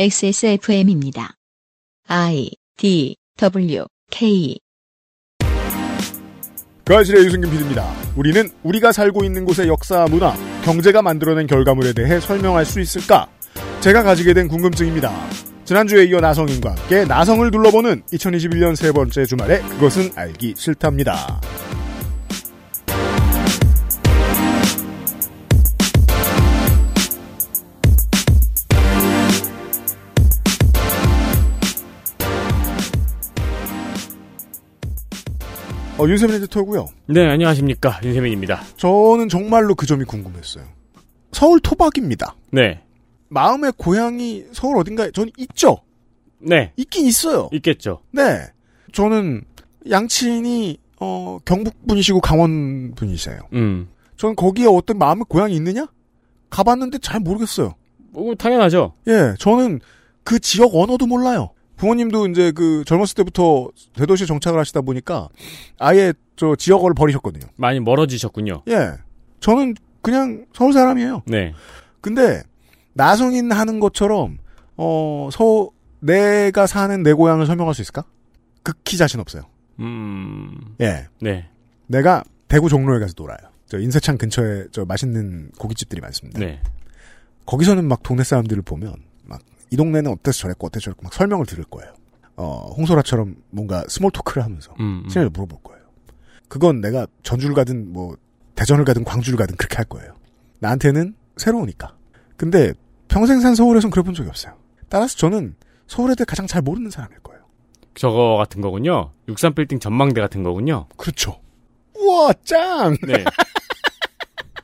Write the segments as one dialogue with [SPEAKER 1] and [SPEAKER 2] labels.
[SPEAKER 1] XSFM입니다. I D W K
[SPEAKER 2] 그아실의 유승균 PD입니다. 우리는 우리가 살고 있는 곳의 역사, 문화, 경제가 만들어낸 결과물에 대해 설명할 수 있을까? 제가 가지게 된 궁금증입니다. 지난주에 이어 나성인과 함께 나성을 둘러보는 2021년 세 번째 주말에 그것은 알기 싫답니다. 어, 윤세민 에디터고요.
[SPEAKER 3] 네, 안녕하십니까. 윤세민입니다.
[SPEAKER 2] 저는 정말로 그 점이 궁금했어요. 서울 토박입니다.
[SPEAKER 3] 네.
[SPEAKER 2] 마음의 고향이 서울 어딘가에 전 있죠.
[SPEAKER 3] 네.
[SPEAKER 2] 있긴 있어요.
[SPEAKER 3] 있겠죠.
[SPEAKER 2] 네. 저는 양친이 어, 경북 분이시고 강원 분이세요.
[SPEAKER 3] 음.
[SPEAKER 2] 전 거기에 어떤 마음의 고향이 있느냐? 가봤는데 잘 모르겠어요.
[SPEAKER 3] 뭐, 당연하죠.
[SPEAKER 2] 예, 저는 그 지역 언어도 몰라요. 부모님도 이제 그 젊었을 때부터 대도시 정착을 하시다 보니까 아예 저 지역어를 버리셨거든요.
[SPEAKER 3] 많이 멀어지셨군요.
[SPEAKER 2] 예. 저는 그냥 서울 사람이에요.
[SPEAKER 3] 네.
[SPEAKER 2] 근데 나성인 하는 것처럼 어, 서 내가 사는 내 고향을 설명할 수 있을까? 극히 자신 없어요.
[SPEAKER 3] 음.
[SPEAKER 2] 예.
[SPEAKER 3] 네.
[SPEAKER 2] 내가 대구 종로에 가서 놀아요. 저 인쇄창 근처에 저 맛있는 고깃집들이 많습니다.
[SPEAKER 3] 네.
[SPEAKER 2] 거기서는 막 동네 사람들을 보면 막 이 동네는 어때서 저랬고 어때서 저랬고 막 설명을 들을 거예요. 어, 홍소라처럼 뭔가 스몰 토크를 하면서
[SPEAKER 3] 음. 음.
[SPEAKER 2] 친애를 물어볼 거예요. 그건 내가 전주를 가든 뭐 대전을 가든 광주를 가든 그렇게 할 거예요. 나한테는 새로우니까. 근데 평생 산 서울에선 그래본 적이 없어요. 따라서 저는 서울에 대해 가장 잘 모르는 사람일 거예요.
[SPEAKER 3] 저거 같은 거군요. 63빌딩 전망대 같은 거군요.
[SPEAKER 2] 그렇죠. 우와 짱.
[SPEAKER 3] 네.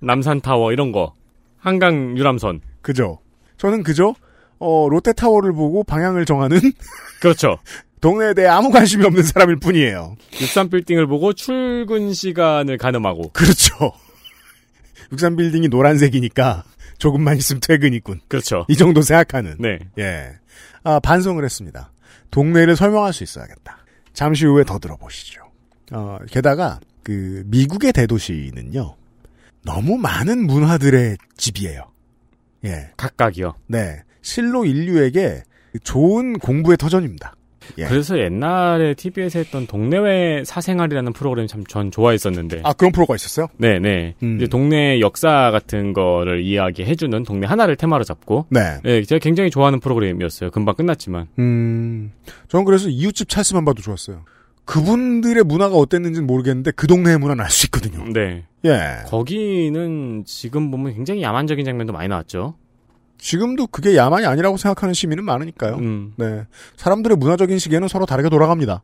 [SPEAKER 3] 남산타워 이런 거. 한강 유람선.
[SPEAKER 2] 그죠. 저는 그저 어, 롯데타워를 보고 방향을 정하는
[SPEAKER 3] 그렇죠.
[SPEAKER 2] 동네에 대해 아무 관심이 없는 사람일 뿐이에요.
[SPEAKER 3] 63빌딩을 보고 출근 시간을 가늠하고.
[SPEAKER 2] 그렇죠. 63빌딩이 노란색이니까 조금만 있으면 퇴근이군.
[SPEAKER 3] 그렇죠.
[SPEAKER 2] 이 정도 생각하는.
[SPEAKER 3] 네.
[SPEAKER 2] 예. 아, 반성을 했습니다. 동네를 설명할 수 있어야겠다. 잠시 후에 더 들어보시죠. 어, 게다가, 그, 미국의 대도시는요, 너무 많은 문화들의 집이에요. 예.
[SPEAKER 3] 각각이요.
[SPEAKER 2] 네. 실로 인류에게 좋은 공부의 터전입니다. 예.
[SPEAKER 3] 그래서 옛날에 TV에서 했던 동네외 사생활이라는 프로그램 참 전 좋아했었는데.
[SPEAKER 2] 아, 그런 프로가 있었어요?
[SPEAKER 3] 네네.
[SPEAKER 2] 음.
[SPEAKER 3] 이제 동네 역사 같은 거를 이야기해주는 동네 하나를 테마로 잡고.
[SPEAKER 2] 네.
[SPEAKER 3] 네, 제가 굉장히 좋아하는 프로그램이었어요. 금방 끝났지만.
[SPEAKER 2] 음, 저는 그래서 이웃집 찰스만 봐도 좋았어요. 그분들의 문화가 어땠는지는 모르겠는데, 그 동네의 문화는 알 수 있거든요.
[SPEAKER 3] 네.
[SPEAKER 2] 예.
[SPEAKER 3] 거기는 지금 보면 굉장히 야만적인 장면도 많이 나왔죠.
[SPEAKER 2] 지금도 그게 야만이 아니라고 생각하는 시민은 많으니까요.
[SPEAKER 3] 음.
[SPEAKER 2] 네. 사람들의 문화적인 시계는 서로 다르게 돌아갑니다.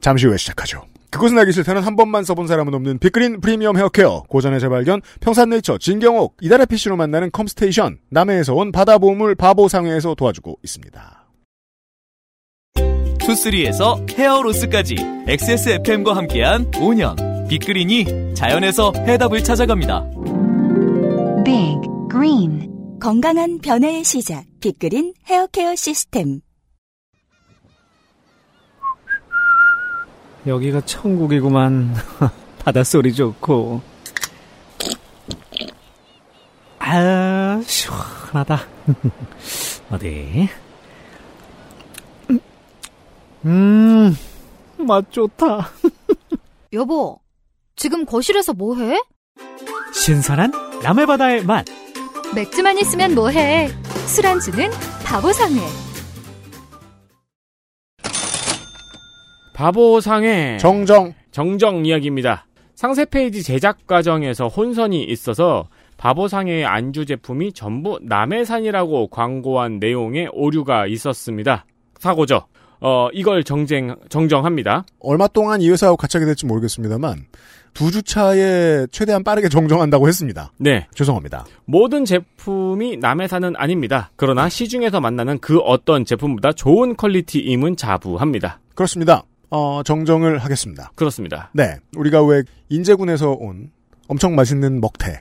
[SPEAKER 2] 잠시 후에 시작하죠. 그것은 알기 싫다는 한 번만 써본 사람은 없는 빅그린 프리미엄 헤어케어, 고전의 재발견, 평산네이처, 진경옥, 이달의 PC로 만나는 컴스테이션, 남해에서 온 바다 보물 바보상회에서 도와주고 있습니다.
[SPEAKER 4] 투쓰리에서 헤어로스까지 XSFM과 함께한 5년 빅그린이 자연에서 해답을 찾아갑니다.
[SPEAKER 5] Big Green 건강한 변화의 시작 빅그린 헤어케어 시스템
[SPEAKER 6] 여기가 천국이구만. 바닷소리 좋고. 아, 시원하다. 어디? 음, 맛 좋다.
[SPEAKER 7] 여보, 지금 거실에서 뭐해?
[SPEAKER 6] 신선한 남해바다의 맛.
[SPEAKER 7] 맥주만 있으면 뭐해? 술안주는 바보상회.
[SPEAKER 3] 바보상의
[SPEAKER 2] 정정.
[SPEAKER 3] 정정 이야기입니다. 상세 페이지 제작 과정에서 혼선이 있어서 바보상의 안주 제품이 전부 남해산이라고 광고한 내용에 오류가 있었습니다. 사고죠. 어, 이걸 정쟁, 정정합니다.
[SPEAKER 2] 얼마 동안 이 회사하고 같이 하게 될지 모르겠습니다만, 두 주차에 최대한 빠르게 정정한다고 했습니다.
[SPEAKER 3] 네.
[SPEAKER 2] 죄송합니다.
[SPEAKER 3] 모든 제품이 남해산은 아닙니다. 그러나 시중에서 만나는 그 어떤 제품보다 좋은 퀄리티임은 자부합니다.
[SPEAKER 2] 그렇습니다. 어, 정정을 하겠습니다.
[SPEAKER 3] 그렇습니다.
[SPEAKER 2] 네. 우리가 왜 인제군에서 온 엄청 맛있는 먹태의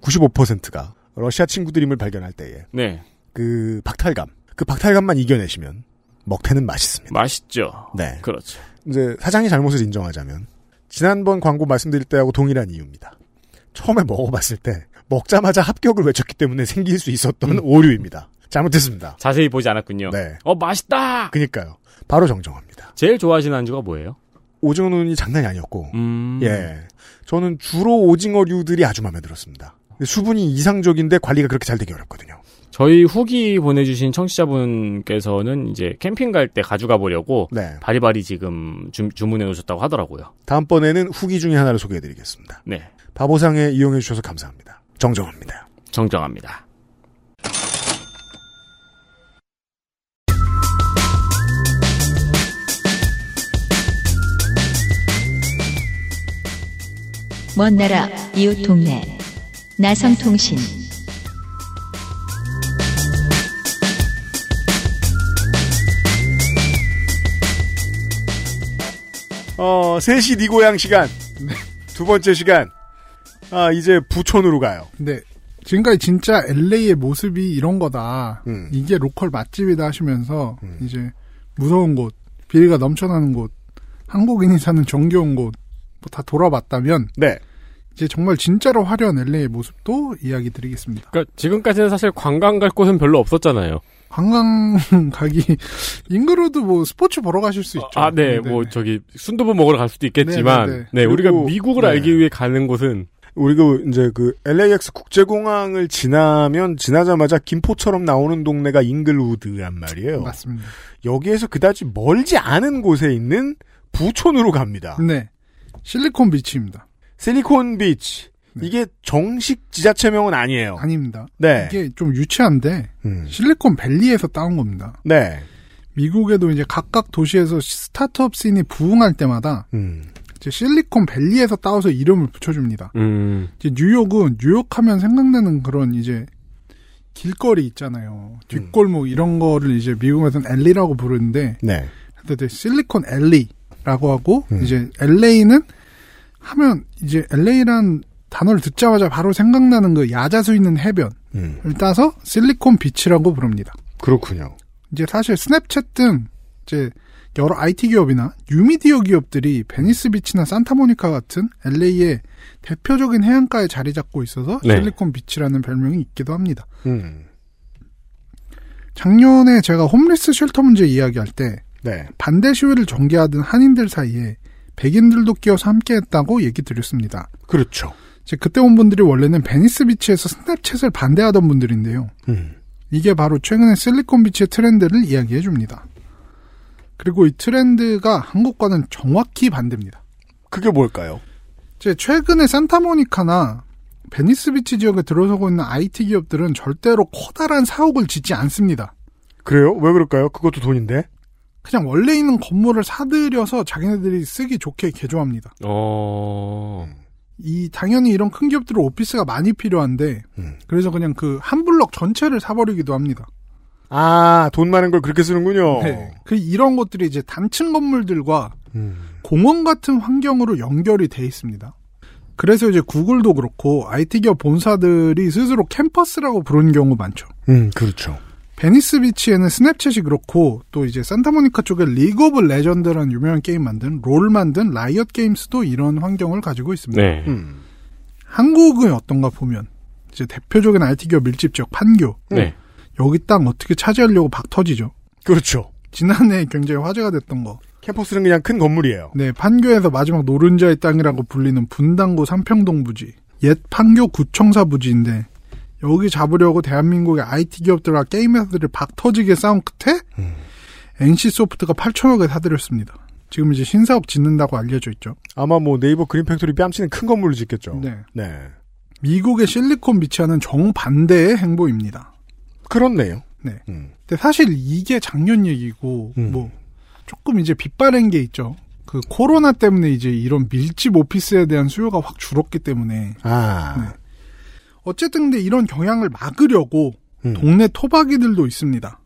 [SPEAKER 2] 95%가 러시아 친구들임을 발견할 때에
[SPEAKER 3] 네.
[SPEAKER 2] 그 박탈감, 그 박탈감만 이겨내시면 먹태는 맛있습니다.
[SPEAKER 3] 맛있죠.
[SPEAKER 2] 네.
[SPEAKER 3] 그렇죠.
[SPEAKER 2] 이제 사장이 잘못을 인정하자면 지난번 광고 말씀드릴 때하고 동일한 이유입니다. 처음에 먹어봤을 때 먹자마자 합격을 외쳤기 때문에 생길 수 있었던 오류입니다. 잘못했습니다.
[SPEAKER 3] 자세히 보지 않았군요.
[SPEAKER 2] 네.
[SPEAKER 3] 어, 맛있다!
[SPEAKER 2] 그니까요. 바로 정정합니다.
[SPEAKER 3] 제일 좋아하시는 안주가 뭐예요?
[SPEAKER 2] 오징어 눈이 장난이 아니었고,
[SPEAKER 3] 음.
[SPEAKER 2] 예. 저는 주로 오징어류들이 아주 마음에 들었습니다. 근데 수분이 이상적인데 관리가 그렇게 잘 되기 어렵거든요.
[SPEAKER 3] 저희 후기 보내주신 청취자분께서는 이제 캠핑 갈 때 가져가 보려고
[SPEAKER 2] 네.
[SPEAKER 3] 바리바리 지금 주, 주문해 놓으셨다고 하더라고요.
[SPEAKER 2] 다음번에는 후기 중에 하나를 소개해드리겠습니다.
[SPEAKER 3] 네.
[SPEAKER 2] 바보상에 이용해주셔서 감사합니다. 정정합니다.
[SPEAKER 3] 정정합니다.
[SPEAKER 1] 먼 나라 이웃 동네 나성통신
[SPEAKER 2] 어, 3시 니 고향 시간.
[SPEAKER 8] 네.
[SPEAKER 2] 두 번째 시간. 아, 이제 부촌으로 가요.
[SPEAKER 8] 근데 지금까지 진짜 LA의 모습이 이런 거다.
[SPEAKER 2] 음.
[SPEAKER 8] 이게 로컬 맛집이다 하시면서
[SPEAKER 2] 음.
[SPEAKER 8] 이제 무서운 곳, 비리가 넘쳐나는 곳, 한국인이 사는 정겨운 곳, 뭐 다 돌아봤다면
[SPEAKER 2] 네.
[SPEAKER 8] 이제 정말 진짜로 화려한 LA의 모습도 이야기 드리겠습니다.
[SPEAKER 9] 그러니까 지금까지는 사실 관광 갈 곳은 별로 없었잖아요.
[SPEAKER 8] 관광 가기 인그로도 뭐 스포츠 보러 가실 수 있죠.
[SPEAKER 9] 아, 네, 뭐 저기 순두부 먹으러 갈 수도 있겠지만,
[SPEAKER 8] 네, 네, 네.
[SPEAKER 9] 네, 우리가
[SPEAKER 2] 그리고-
[SPEAKER 9] 미국을
[SPEAKER 2] 네.
[SPEAKER 9] 알기 위해 가는 곳은
[SPEAKER 2] 우리가 이제 그 LAX 국제공항을 지나면 지나자마자 김포처럼 나오는 동네가 잉글우드란 말이에요.
[SPEAKER 8] 맞습니다.
[SPEAKER 2] 여기에서 그다지 멀지 않은 곳에 있는 부촌으로 갑니다.
[SPEAKER 8] 네, 실리콘 비치입니다.
[SPEAKER 2] 실리콘 비치.
[SPEAKER 8] 네.
[SPEAKER 2] 이게 정식 지자체명은 아니에요.
[SPEAKER 8] 아닙니다.
[SPEAKER 2] 네.
[SPEAKER 8] 이게 좀 유치한데
[SPEAKER 2] 음.
[SPEAKER 8] 실리콘 밸리에서 따온 겁니다.
[SPEAKER 2] 네.
[SPEAKER 8] 미국에도 이제 각각 도시에서 스타트업 씬이 부흥할 때마다
[SPEAKER 2] 음.
[SPEAKER 8] 이제 실리콘 밸리에서 따와서 이름을 붙여줍니다.
[SPEAKER 9] 음,
[SPEAKER 8] 이제 뉴욕은 뉴욕하면 생각나는 그런 이제 길거리 있잖아요. 뒷골목 이런 거를 이제 미국에서는 엘리라고 부르는데
[SPEAKER 2] 네.
[SPEAKER 8] 그래서 이제 실리콘 엘리라고 하고
[SPEAKER 2] 음.
[SPEAKER 8] 이제 LA는 하면 이제 LA란 단어를 듣자마자 바로 생각나는 그 야자수 있는 해변을
[SPEAKER 2] 음.
[SPEAKER 8] 따서 실리콘 비치라고 부릅니다.
[SPEAKER 2] 그렇군요.
[SPEAKER 8] 이제 사실 스냅챗 등 이제 여러 IT 기업이나 뉴미디어 기업들이 베니스 비치나 산타모니카 같은 LA의 대표적인 해안가에 자리 잡고 있어서
[SPEAKER 9] 네.
[SPEAKER 8] 실리콘 비치라는 별명이 있기도 합니다.
[SPEAKER 2] 음.
[SPEAKER 8] 작년에 제가 홈리스 쉘터 문제 이야기할 때
[SPEAKER 2] 네.
[SPEAKER 8] 반대 시위를 전개하던 한인들 사이에 백인들도 끼어서 함께했다고 얘기 드렸습니다.
[SPEAKER 2] 그렇죠.
[SPEAKER 8] 이제 그때 온 분들이 원래는 베니스 비치에서 스냅챗을 반대하던 분들인데요.
[SPEAKER 2] 음.
[SPEAKER 8] 이게 바로 최근에 실리콘 비치의 트렌드를 이야기해 줍니다. 그리고 이 트렌드가 한국과는 정확히 반대입니다.
[SPEAKER 2] 그게 뭘까요?
[SPEAKER 8] 이제 최근에 산타모니카나 베니스 비치 지역에 들어서고 있는 IT 기업들은 절대로 커다란 사옥을 짓지 않습니다.
[SPEAKER 2] 그래요? 왜 그럴까요? 그것도 돈인데.
[SPEAKER 8] 그냥 원래 있는 건물을 사들여서 자기네들이 쓰기 좋게 개조합니다.
[SPEAKER 9] 어,
[SPEAKER 8] 이 당연히 이런 큰 기업들은 오피스가 많이 필요한데
[SPEAKER 2] 음.
[SPEAKER 8] 그래서 그냥 그 한 블럭 전체를 사버리기도 합니다.
[SPEAKER 2] 아, 돈 많은 걸 그렇게 쓰는군요.
[SPEAKER 8] 네. 그 이런 것들이 이제 단층 건물들과
[SPEAKER 2] 음.
[SPEAKER 8] 공원 같은 환경으로 연결이 돼 있습니다. 그래서 이제 구글도 그렇고 IT 기업 본사들이 스스로 캠퍼스라고 부르는 경우 많죠.
[SPEAKER 2] 음, 그렇죠.
[SPEAKER 8] 베니스 비치에는 스냅챗이 그렇고 또 이제 산타모니카 쪽에 리그 오브 레전드라는 유명한 게임 만든 롤 만든 라이엇 게임스도 이런 환경을 가지고 있습니다.
[SPEAKER 9] 네,
[SPEAKER 2] 음.
[SPEAKER 8] 한국은 어떤가 보면 이제 대표적인 IT 기업 밀집 지역 판교
[SPEAKER 9] 네,
[SPEAKER 8] 여기 땅 어떻게 차지하려고 박터지죠.
[SPEAKER 2] 그렇죠.
[SPEAKER 8] 지난해 굉장히 화제가 됐던 거.
[SPEAKER 2] 캠퍼스는 그냥 큰 건물이에요.
[SPEAKER 8] 네, 판교에서 마지막 노른자의 땅이라고 불리는 분당구 삼평동 부지. 옛 판교 구청사 부지인데 여기 잡으려고 대한민국의 IT 기업들과 게임 회사들을 박터지게 싸운 끝에 NC 소프트가 8천억에 사들였습니다. 지금 이제 신사업 짓는다고 알려져 있죠.
[SPEAKER 2] 아마 뭐 네이버 그린 팩토리 뺨치는 큰 건물을 짓겠죠.
[SPEAKER 8] 네.
[SPEAKER 2] 네.
[SPEAKER 8] 미국의 실리콘 비치와는 정반대의 행보입니다.
[SPEAKER 2] 그렇네요.
[SPEAKER 8] 네.
[SPEAKER 2] 음.
[SPEAKER 8] 근데 사실 이게 작년 얘기고
[SPEAKER 2] 음.
[SPEAKER 8] 뭐 조금 이제 빛바랜 게 있죠. 그 코로나 때문에 이제 이런 밀집 오피스에 대한 수요가 확 줄었기 때문에
[SPEAKER 2] 아.
[SPEAKER 8] 어쨌든 근데 이런 경향을 막으려고
[SPEAKER 2] 음.
[SPEAKER 8] 동네 토박이들도 있습니다.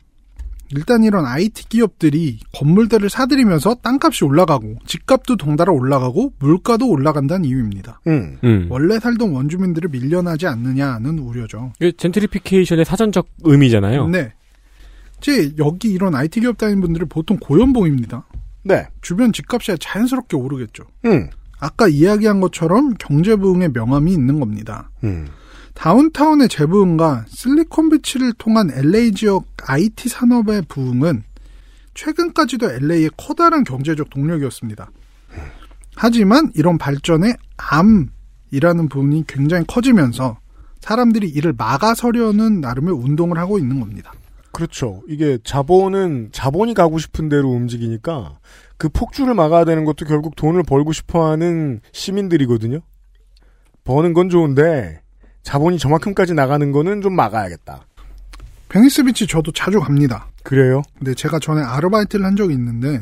[SPEAKER 8] 일단 이런 IT 기업들이 건물들을 사들이면서 땅값이 올라가고 집값도 동달아 올라가고 물가도 올라간다는 이유입니다.
[SPEAKER 2] 음.
[SPEAKER 9] 음.
[SPEAKER 8] 원래 살던 원주민들을 밀려나지 않느냐는 우려죠.
[SPEAKER 9] 이게 그 젠트리피케이션의 사전적
[SPEAKER 2] 어.
[SPEAKER 9] 의미잖아요.
[SPEAKER 8] 네. 제 여기 이런 IT 기업 다니는 분들이 보통 고연봉입니다.
[SPEAKER 2] 네.
[SPEAKER 8] 주변 집값이 자연스럽게 오르겠죠.
[SPEAKER 2] 음.
[SPEAKER 8] 아까 이야기한 것처럼 경제부흥의 명암이 있는 겁니다.
[SPEAKER 2] 음.
[SPEAKER 8] 다운타운의 재부흥과 실리콘비치를 통한 LA 지역 IT 산업의 부흥은 최근까지도 LA의 커다란 경제적 동력이었습니다. 하지만 이런 발전에 암이라는 부분이 굉장히 커지면서 사람들이 이를 막아서려는 나름의 운동을 하고 있는 겁니다.
[SPEAKER 2] 그렇죠. 이게 자본은 자본이 가고 싶은 대로 움직이니까 그 폭주를 막아야 되는 것도 결국 돈을 벌고 싶어하는 시민들이거든요. 버는 건 좋은데 자본이 저만큼까지 나가는 거는 좀 막아야겠다.
[SPEAKER 8] 베니스 비치 저도 자주 갑니다.
[SPEAKER 2] 그래요?
[SPEAKER 8] 근데 제가 전에 아르바이트를 한 적이 있는데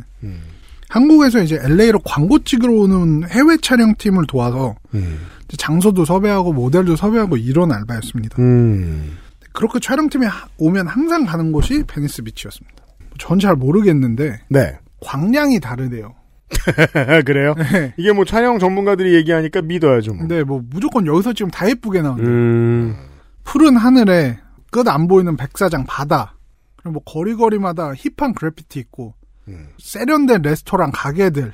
[SPEAKER 8] 한국에서 이제 LA로 광고 찍으러 오는 해외 촬영팀을 도와서
[SPEAKER 2] 음.
[SPEAKER 8] 이제 장소도 섭외하고 모델도 섭외하고 이런 알바였습니다.
[SPEAKER 2] 음.
[SPEAKER 8] 그렇게 촬영팀이 하- 오면 항상 가는 곳이 베니스 비치였습니다. 전 잘 모르겠는데
[SPEAKER 2] 네.
[SPEAKER 8] 광량이 다르대요.
[SPEAKER 2] 그래요?
[SPEAKER 8] 네.
[SPEAKER 2] 이게 뭐 촬영 전문가들이 얘기하니까 믿어야죠. 뭐.
[SPEAKER 8] 근데 뭐 무조건 여기서 지금 다 예쁘게 나온다.
[SPEAKER 9] 음.
[SPEAKER 8] 푸른 하늘에 끝 안 보이는 백사장 바다. 그리고 뭐 거리거리마다 힙한 그래피티 있고
[SPEAKER 9] 음.
[SPEAKER 8] 세련된 레스토랑 가게들.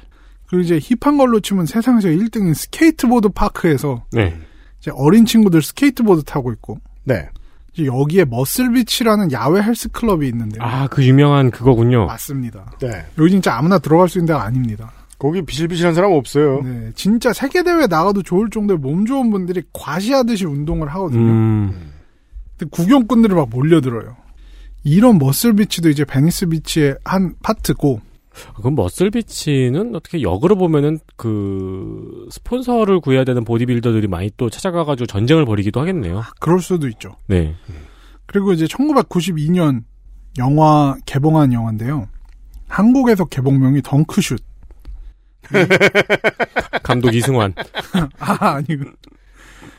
[SPEAKER 8] 그리고 이제 힙한 걸로 치면 세상에서 1등인 스케이트보드 파크에서
[SPEAKER 9] 네.
[SPEAKER 8] 이제 어린 친구들 스케이트보드 타고 있고
[SPEAKER 2] 네.
[SPEAKER 8] 이제 여기에 머슬비치라는 야외 헬스 클럽이 있는데요.
[SPEAKER 9] 아, 그 유명한 그거군요.
[SPEAKER 8] 맞습니다.
[SPEAKER 2] 네.
[SPEAKER 8] 여기 진짜 아무나 들어갈 수 있는 데가 아닙니다.
[SPEAKER 2] 거기 비실비실한 사람 없어요.
[SPEAKER 8] 네, 진짜 세계대회 나가도 좋을 정도의 몸 좋은 분들이 과시하듯이 운동을 하거든요.
[SPEAKER 9] 음.
[SPEAKER 8] 근데 구경꾼들이 막 몰려들어요. 이런 머슬비치도 이제 베니스 비치의 한 파트고,
[SPEAKER 9] 그럼 머슬비치는 어떻게 역으로 보면은 그 스폰서를 구해야 되는 보디빌더들이 많이 또 찾아가가지고 전쟁을 벌이기도 하겠네요.
[SPEAKER 8] 그럴 수도 있죠.
[SPEAKER 9] 네.
[SPEAKER 8] 그리고 이제 1992년 영화, 개봉한 영화인데요. 한국에서 개봉명이 덩크슛.
[SPEAKER 9] 감독 이승환.
[SPEAKER 8] 아, 아니고.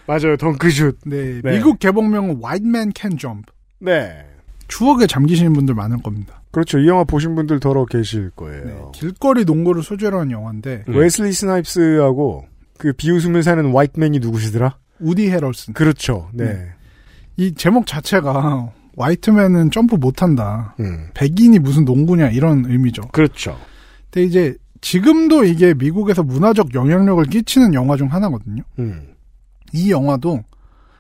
[SPEAKER 2] 맞아요. 덩크슛.
[SPEAKER 8] 네,
[SPEAKER 2] 네.
[SPEAKER 8] 미국 개봉명은 White Man Can Jump.
[SPEAKER 2] 네.
[SPEAKER 8] 추억에 잠기시는 분들 많을 겁니다.
[SPEAKER 2] 그렇죠. 이 영화 보신 분들 더러 계실 거예요.
[SPEAKER 8] 길거리 농구를 소재로 한 영화인데,
[SPEAKER 9] 네.
[SPEAKER 2] 웨슬리 스나이프스하고 그 비웃음을 사는 화이트맨이 누구시더라?
[SPEAKER 8] 우디 헤럴슨.
[SPEAKER 2] 그렇죠. 네.
[SPEAKER 8] 이 제목 자체가, 화이트맨은 점프 못한다.
[SPEAKER 2] 음.
[SPEAKER 8] 백인이 무슨 농구냐, 이런 의미죠.
[SPEAKER 2] 그렇죠.
[SPEAKER 8] 근데 이제 지금도 이게 미국에서 문화적 영향력을 끼치는 영화 중 하나거든요.
[SPEAKER 2] 음.
[SPEAKER 8] 이 영화도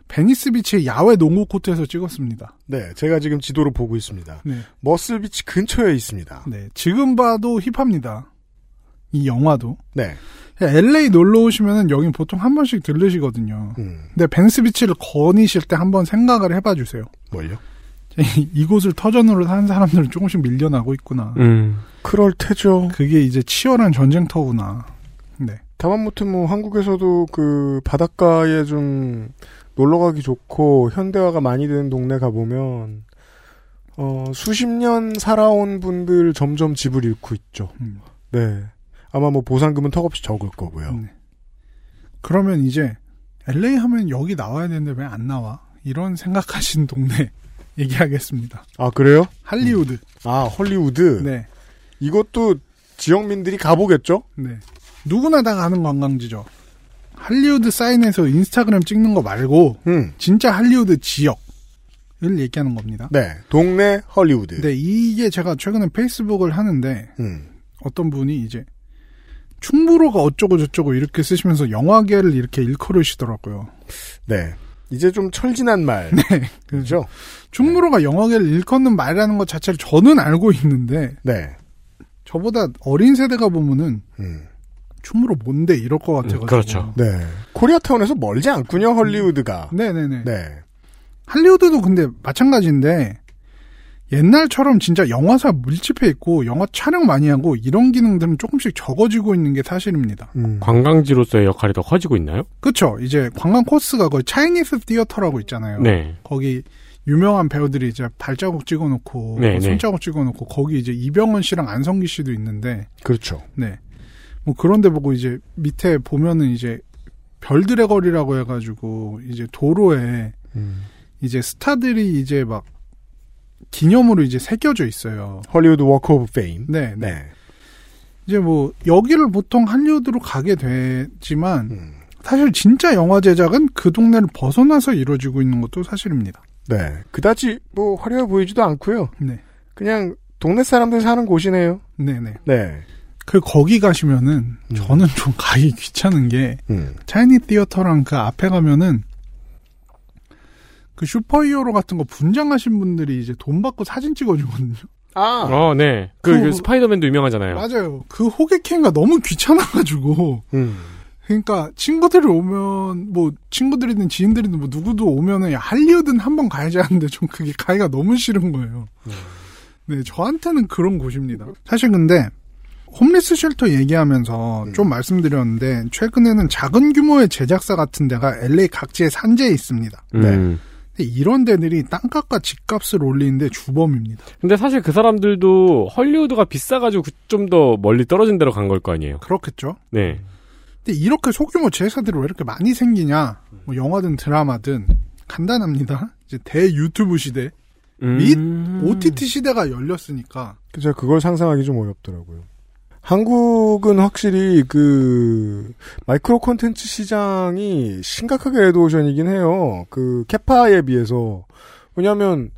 [SPEAKER 8] 베니스 비치의 야외 농구 코트에서 찍었습니다.
[SPEAKER 2] 네. 제가 지금 지도로 보고 있습니다.
[SPEAKER 8] 네.
[SPEAKER 2] 머슬비치 근처에 있습니다.
[SPEAKER 8] 네, 지금 봐도 힙합니다. 이 영화도
[SPEAKER 2] 네.
[SPEAKER 8] LA 놀러 오시면은 여긴 보통 한 번씩 들르시거든요.
[SPEAKER 2] 음.
[SPEAKER 8] 근데 베니스 비치를 거니실 때 한번 생각을 해봐 주세요.
[SPEAKER 2] 뭘요?
[SPEAKER 8] 이곳을 터전으로 사는 사람들은 조금씩 밀려나고 있구나.
[SPEAKER 9] 음.
[SPEAKER 2] 그럴 테죠.
[SPEAKER 8] 그게 이제 치열한 전쟁터구나. 네.
[SPEAKER 2] 다만무튼 뭐 한국에서도 그 바닷가에 좀 놀러 가기 좋고 현대화가 많이 되는 동네 가보면 어 수십 년 살아온 분들 점점 집을 잃고 있죠.
[SPEAKER 8] 음.
[SPEAKER 2] 네. 아마 뭐 보상금은 턱없이 적을 거고요.
[SPEAKER 8] 음. 그러면 이제 LA 하면 여기 나와야 되는데 왜 안 나와? 이런 생각하신 동네 얘기하겠습니다.
[SPEAKER 2] 아 그래요?
[SPEAKER 8] 할리우드.
[SPEAKER 2] 아 헐리우드.
[SPEAKER 8] 네.
[SPEAKER 2] 이것도 지역민들이 가보겠죠?
[SPEAKER 8] 네. 누구나 다 가는 관광지죠. 할리우드 사인에서 인스타그램 찍는 거 말고
[SPEAKER 2] 음.
[SPEAKER 8] 진짜 할리우드 지역을 얘기하는 겁니다.
[SPEAKER 2] 네. 동네 헐리우드.
[SPEAKER 8] 근데 이게 제가 최근에 페이스북을 하는데
[SPEAKER 2] 음.
[SPEAKER 8] 어떤 분이 이제 충무로가 어쩌고 저쩌고 이렇게 쓰시면서 영화계를 이렇게 일컬으시더라고요.
[SPEAKER 2] 네. 이제 좀 철진한 말.
[SPEAKER 8] 네.
[SPEAKER 2] 그죠?
[SPEAKER 8] 충무로가 영화계를 일컫는 말이라는 것 자체를 저는 알고 있는데
[SPEAKER 2] 네.
[SPEAKER 8] 저보다 어린 세대가 보면은
[SPEAKER 2] 음.
[SPEAKER 8] 충무로 뭔데 이럴 것 같아가지고
[SPEAKER 9] 음, 그렇죠.
[SPEAKER 2] 네. 코리아타운에서 멀지 않군요, 헐리우드가.
[SPEAKER 8] 네네네.
[SPEAKER 2] 네.
[SPEAKER 8] 할리우드도 근데 마찬가지인데 옛날처럼 진짜 영화사 밀집해 있고 영화 촬영 많이 하고 이런 기능들은 조금씩 적어지고 있는 게 사실입니다.
[SPEAKER 2] 음.
[SPEAKER 9] 관광지로서의 역할이 더 커지고 있나요?
[SPEAKER 8] 그렇죠. 이제 관광 코스가 거의 차이니스 티어터라고 있잖아요.
[SPEAKER 9] 네.
[SPEAKER 8] 거기 유명한 배우들이 이제 발자국 찍어놓고
[SPEAKER 9] 네,
[SPEAKER 8] 뭐
[SPEAKER 9] 네.
[SPEAKER 8] 손자국 찍어놓고 거기 이제 이병헌 씨랑 안성기 씨도 있는데
[SPEAKER 2] 그렇죠.
[SPEAKER 8] 네. 뭐 그런데 보고 이제 밑에 보면은 이제 별들의 거리라고 해가지고 이제 도로에
[SPEAKER 2] 음.
[SPEAKER 8] 이제 스타들이 이제 막 기념으로 이제 새겨져 있어요.
[SPEAKER 2] 헐리우드 워크 오브 페임.
[SPEAKER 8] 네, 네.
[SPEAKER 2] 네.
[SPEAKER 8] 이제 뭐 여기를 보통 한류드로 가게 되지만
[SPEAKER 2] 음.
[SPEAKER 8] 사실 진짜 영화 제작은 그 동네를 벗어나서 이루어지고 있는 것도 사실입니다.
[SPEAKER 2] 네. 그다지 뭐 화려해 보이지도 않고요.
[SPEAKER 8] 네,
[SPEAKER 2] 그냥 동네 사람들 사는 곳이네요.
[SPEAKER 8] 네, 네.
[SPEAKER 2] 네.
[SPEAKER 8] 그 거기 가시면은
[SPEAKER 2] 음.
[SPEAKER 8] 저는 좀 가기 귀찮은 게
[SPEAKER 2] 음.
[SPEAKER 8] 차이니 티어터랑 그 앞에 가면은 그 슈퍼히어로 같은 거 분장하신 분들이 이제 돈 받고 사진 찍어주거든요.
[SPEAKER 2] 아.
[SPEAKER 9] 어, 네. 그,
[SPEAKER 8] 그-
[SPEAKER 9] 그 스파이더맨도
[SPEAKER 3] 네.
[SPEAKER 9] 유명하잖아요.
[SPEAKER 8] 맞아요. 그 호객행위가 너무 귀찮아가지고. 그러니까 친구들이 오면 뭐 친구들이든 지인들이든 뭐 누구도 오면은 야, 할리우드는 한번 가야지 하는데 좀 그게 가기가 너무 싫은 거예요. 네, 저한테는 그런 곳입니다. 사실 근데 홈리스 쉘터 얘기하면서 좀 말씀드렸는데 최근에는 작은 규모의 제작사 같은 데가 LA 각지의 산재에 있습니다. 네.
[SPEAKER 9] 음.
[SPEAKER 8] 근데 이런 데들이 땅값과 집값을 올리는데 주범입니다.
[SPEAKER 9] 근데 사실 그 사람들도 헐리우드가 비싸가지고 그 좀 더 멀리 떨어진 데로 간 걸 거 아니에요.
[SPEAKER 8] 그렇겠죠?
[SPEAKER 9] 네.
[SPEAKER 8] 근데 이렇게 소규모 제사들이 왜 이렇게 많이 생기냐? 뭐 영화든 드라마든 간단합니다. 이제 대 유튜브 시대, 및
[SPEAKER 3] 음.
[SPEAKER 8] OTT 시대가 열렸으니까
[SPEAKER 2] 제가 그걸 상상하기 좀 어렵더라고요. 한국은 확실히 그 마이크로 콘텐츠 시장이 심각하게 레드오션이긴 해요. 그 캐파에 비해서 왜냐하면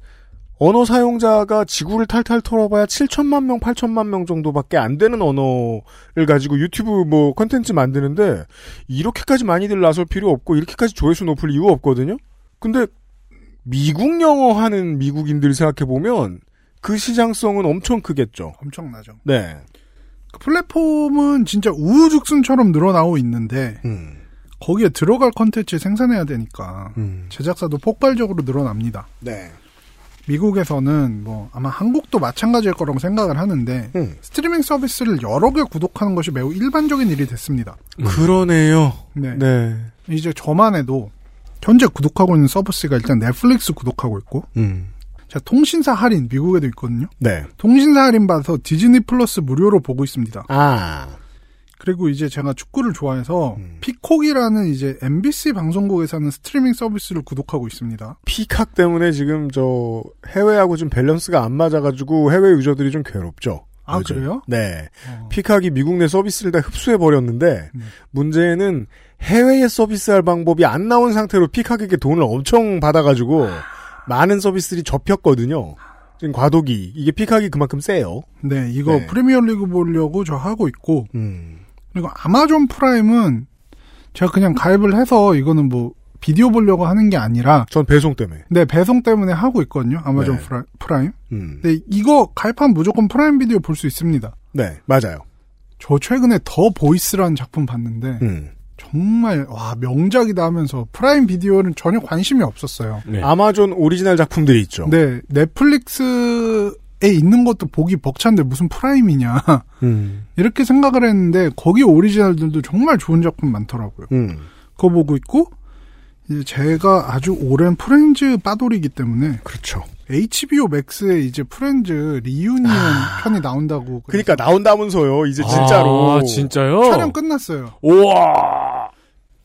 [SPEAKER 2] 언어 사용자가 지구를 탈탈 털어봐야 7천만 명, 8천만 명 정도밖에 안 되는 언어를 가지고 유튜브 뭐 컨텐츠 만드는데 이렇게까지 많이들 나설 필요 없고 이렇게까지 조회수 높을 이유 없거든요. 근데 미국 영어 하는 미국인들 생각해 보면 그 시장성은 엄청 크겠죠.
[SPEAKER 8] 엄청나죠.
[SPEAKER 2] 네.
[SPEAKER 8] 그 플랫폼은 진짜 우후죽순처럼 늘어나고 있는데
[SPEAKER 2] 음.
[SPEAKER 8] 거기에 들어갈 컨텐츠 생산해야 되니까
[SPEAKER 2] 음.
[SPEAKER 8] 제작사도 폭발적으로 늘어납니다.
[SPEAKER 2] 네.
[SPEAKER 8] 미국에서는 뭐 아마 한국도 마찬가지일 거라고 생각을 하는데
[SPEAKER 2] 음.
[SPEAKER 8] 스트리밍 서비스를 여러 개 구독하는 것이 매우 일반적인 일이 됐습니다.
[SPEAKER 2] 음. 그러네요.
[SPEAKER 8] 네.
[SPEAKER 2] 네.
[SPEAKER 8] 이제 저만 해도 현재 구독하고 있는 서비스가 일단 넷플릭스 구독하고 있고
[SPEAKER 2] 음.
[SPEAKER 8] 자 통신사 할인 미국에도 있거든요.
[SPEAKER 2] 네.
[SPEAKER 8] 통신사 할인 받아서 디즈니 플러스 무료로 보고 있습니다.
[SPEAKER 2] 아.
[SPEAKER 8] 그리고 이제 제가 축구를 좋아해서
[SPEAKER 2] 음.
[SPEAKER 8] 피콕이라는 이제 MBC 방송국에서 하는 스트리밍 서비스를 구독하고 있습니다.
[SPEAKER 2] 피칵 때문에 지금 저 해외하고 좀 밸런스가 안 맞아가지고 해외 유저들이 좀 괴롭죠.
[SPEAKER 8] 아,
[SPEAKER 2] 요즘.
[SPEAKER 8] 그래요?
[SPEAKER 2] 네.
[SPEAKER 8] 어.
[SPEAKER 2] 피칵이 미국 내 서비스를 다 흡수해버렸는데,
[SPEAKER 8] 네.
[SPEAKER 2] 문제는 해외에 서비스할 방법이 안 나온 상태로 피칵에게 돈을 엄청 받아가지고, 많은 서비스들이 접혔거든요. 지금 과도기. 이게 피칵이 그만큼 세요.
[SPEAKER 8] 네, 이거
[SPEAKER 2] 네.
[SPEAKER 8] 프리미어리그 보려고 저 하고 있고
[SPEAKER 2] 음.
[SPEAKER 8] 그리고 아마존 프라임은 제가 그냥 가입을 해서 이거는 뭐 비디오 보려고 하는 게 아니라
[SPEAKER 2] 전 배송 때문에.
[SPEAKER 8] 네 배송 때문에 하고 있거든요. 아마존
[SPEAKER 2] 네.
[SPEAKER 8] 프라- 프라임.
[SPEAKER 2] 음.
[SPEAKER 8] 네, 이거 가입하면 무조건 프라임 비디오 볼 수 있습니다.
[SPEAKER 2] 네, 맞아요.
[SPEAKER 8] 저 최근에 더 보이스라는 작품 봤는데
[SPEAKER 2] 음.
[SPEAKER 8] 정말 와 명작이다 하면서 프라임 비디오는 전혀 관심이 없었어요.
[SPEAKER 9] 네.
[SPEAKER 2] 아마존 오리지널 작품들이 있죠.
[SPEAKER 8] 네 넷플릭스에 있는 것도 보기 벅찬데 무슨 프라임이냐
[SPEAKER 2] 음.
[SPEAKER 8] 이렇게 생각을 했는데 거기 오리지널들도 정말 좋은 작품 많더라고요.
[SPEAKER 2] 음.
[SPEAKER 8] 그거 보고 있고 이제 제가 아주 오랜 프렌즈 빠돌이기 때문에
[SPEAKER 2] 그렇죠.
[SPEAKER 8] HBO 맥스에 이제 프렌즈 리유니언 편이 나온다고
[SPEAKER 2] 아. 그러니까 나온다면서요. 이제 진짜로.
[SPEAKER 9] 아, 진짜요?
[SPEAKER 8] 촬영 끝났어요.
[SPEAKER 9] 우와!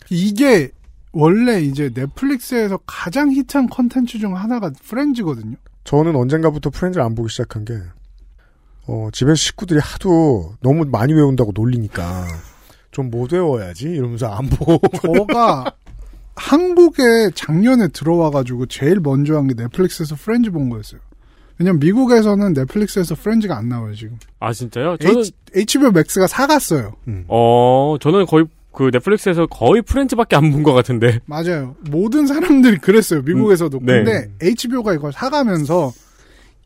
[SPEAKER 8] 이게 원래 이제 넷플릭스에서 가장 히트한 컨텐츠 중 하나가 프렌즈거든요.
[SPEAKER 2] 저는 언젠가부터 프렌즈를 안 보기 시작한 게, 어, 집에서 식구들이 하도 너무 많이 외운다고 놀리니까, 좀 못 외워야지? 이러면서 안 보고.
[SPEAKER 9] 네.
[SPEAKER 8] 저가 한국에 작년에 들어와가지고 제일 먼저 한 게 넷플릭스에서 프렌즈 본 거였어요. 왜냐면 미국에서는 넷플릭스에서 프렌즈가 안 나와요 지금.
[SPEAKER 9] 아, 진짜요? 저는,
[SPEAKER 8] H, HBO 맥스가 사갔어요.
[SPEAKER 9] 어, 저는 거의, 그 넷플릭스에서 거의 프렌즈밖에 안 본 것 같은데.
[SPEAKER 8] 맞아요. 모든 사람들이 그랬어요. 미국에서도.
[SPEAKER 9] 음, 네.
[SPEAKER 8] 근데 HBO가 이걸 사가면서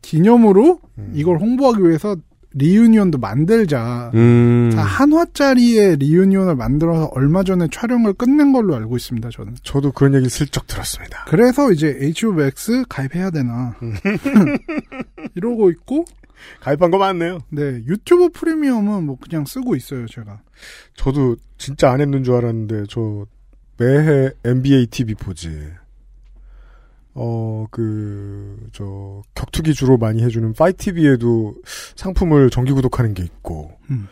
[SPEAKER 8] 기념으로
[SPEAKER 9] 음.
[SPEAKER 8] 이걸 홍보하기 위해서 리유니언도 만들자.
[SPEAKER 9] 음.
[SPEAKER 8] 자, 한 화짜리의 리유니언을 만들어서 얼마 전에 촬영을 끝낸 걸로 알고 있습니다, 저는.
[SPEAKER 2] 저도 그런 얘기 슬쩍 들었습니다.
[SPEAKER 8] 그래서 이제 HBO Max 가입해야 되나.
[SPEAKER 9] 음.
[SPEAKER 8] 이러고 있고,
[SPEAKER 2] 가입한 거 맞네요.
[SPEAKER 8] 네, 유튜브 프리미엄은 뭐 그냥 쓰고 있어요, 제가.
[SPEAKER 2] 저도 진짜 안 했는 줄 알았는데, 저 매해 NBA TV 보지. 어, 그, 저, 격투기 주로 많이 해주는 파이TV에도 상품을 정기 구독하는 게 있고,
[SPEAKER 8] 음.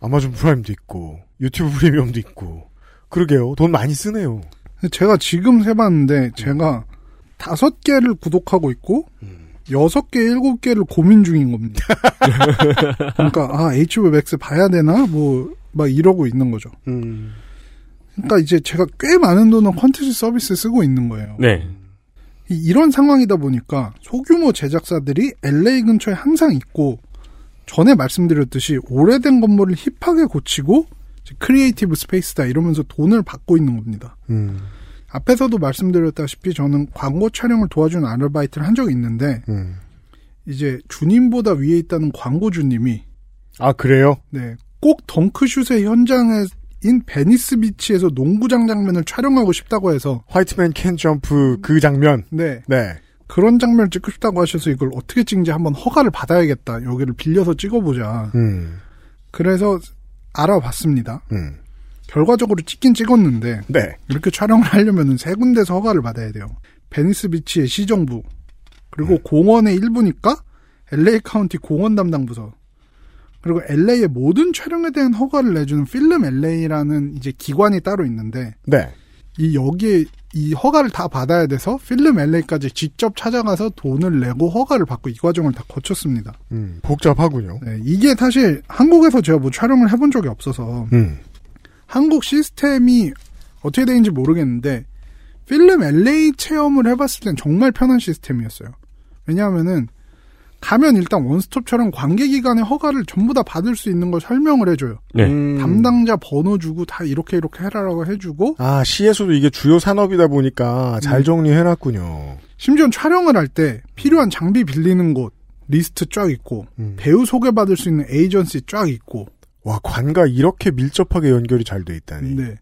[SPEAKER 2] 아마존 프라임도 있고, 유튜브 프리미엄도 있고, 그러게요. 돈 많이 쓰네요.
[SPEAKER 8] 근데 제가 지금 세봤는데, 제가 다섯 개를 구독하고 있고, 여섯 개, 일곱 개를 고민 중인 겁니다. 그러니까, 아, HBO Max 봐야 되나? 뭐, 막 이러고 있는 거죠.
[SPEAKER 2] 음.
[SPEAKER 8] 그러니까 이제 제가 꽤 많은 돈을 컨텐츠 서비스 쓰고 있는 거예요.
[SPEAKER 9] 네.
[SPEAKER 8] 이- 이런 상황이다 보니까 소규모 제작사들이 LA 근처에 항상 있고 전에 말씀드렸듯이 오래된 건물을 힙하게 고치고 이제 크리에이티브 스페이스다 이러면서 돈을 받고 있는 겁니다. 앞에서도 말씀드렸다시피 저는 광고 촬영을 도와준 아르바이트를 한 적이 있는데 이제 주님보다 위에 있다는 광고주님이
[SPEAKER 2] 아 그래요?
[SPEAKER 8] 네, 꼭 덩크슛의 현장인 베니스 비치에서 농구장 장면을 촬영하고 싶다고 해서
[SPEAKER 2] 화이트맨 캔 점프 그 장면.
[SPEAKER 8] 네
[SPEAKER 2] 네.
[SPEAKER 8] 그런 장면을 찍고 싶다고 하셔서 이걸 어떻게 찍는지 한번 허가를 받아야겠다. 여기를 빌려서 찍어보자.
[SPEAKER 2] 음.
[SPEAKER 8] 그래서 알아봤습니다.
[SPEAKER 2] 음.
[SPEAKER 8] 결과적으로 찍긴 찍었는데
[SPEAKER 2] 네.
[SPEAKER 8] 이렇게 촬영을 하려면 세 군데서 허가를 받아야 돼요. 베니스 비치의 시정부 그리고 공원의 일부니까 LA 카운티 공원 담당 부서 그리고 LA의 모든 촬영에 대한 허가를 내주는 필름 LA라는 이제 기관이 따로 있는데
[SPEAKER 2] 네.
[SPEAKER 8] 이 여기에 이 허가를 다 받아야 돼서 필름 LA까지 직접 찾아가서 돈을 내고 허가를 받고 이 과정을 다 거쳤습니다.
[SPEAKER 2] 음. 복잡하군요.
[SPEAKER 8] 네, 이게 사실 한국에서 제가 뭐 촬영을 해본 적이 없어서
[SPEAKER 2] 음.
[SPEAKER 8] 한국 시스템이 어떻게 되는지 모르겠는데 필름 LA 체험을 해봤을 땐 정말 편한 시스템이었어요. 왜냐하면은 가면 일단 원스톱처럼 관계기관의 허가를 전부 다 받을 수 있는 걸 설명을 해줘요.
[SPEAKER 9] 네.
[SPEAKER 2] 음.
[SPEAKER 8] 담당자 번호 주고 다 이렇게 이렇게 해라라고 해주고
[SPEAKER 2] 아 시에서도 이게 주요 산업이다 보니까 잘 정리해놨군요.
[SPEAKER 8] 심지어 촬영을 할 때 필요한 장비 빌리는 곳 리스트 쫙 있고
[SPEAKER 2] 음.
[SPEAKER 8] 배우 소개받을 수 있는 에이전시 쫙 있고
[SPEAKER 2] 와 관과 이렇게 밀접하게 연결이 잘 돼 있다니.
[SPEAKER 8] 네.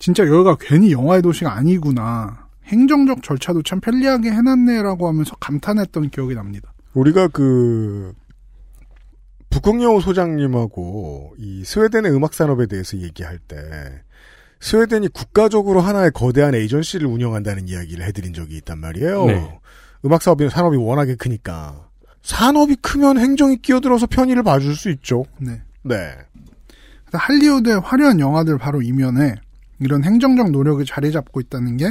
[SPEAKER 8] 진짜 여기가 괜히 영화의 도시가 아니구나. 행정적 절차도 참 편리하게 해놨네라고 하면서 감탄했던 기억이 납니다.
[SPEAKER 2] 우리가 그 북극여우 소장님하고 이 스웨덴의 음악 산업에 대해서 얘기할 때 스웨덴이 국가적으로 하나의 거대한 에이전시를 운영한다는 이야기를 해드린 적이 있단 말이에요.
[SPEAKER 9] 네.
[SPEAKER 2] 음악 사업이 산업이 워낙에 크니까 산업이 크면 행정이 끼어들어서 편의를 봐줄 수 있죠.
[SPEAKER 8] 네.
[SPEAKER 2] 네.
[SPEAKER 8] 그래서 할리우드의 화려한 영화들 바로 이면에 이런 행정적 노력이 자리 잡고 있다는 게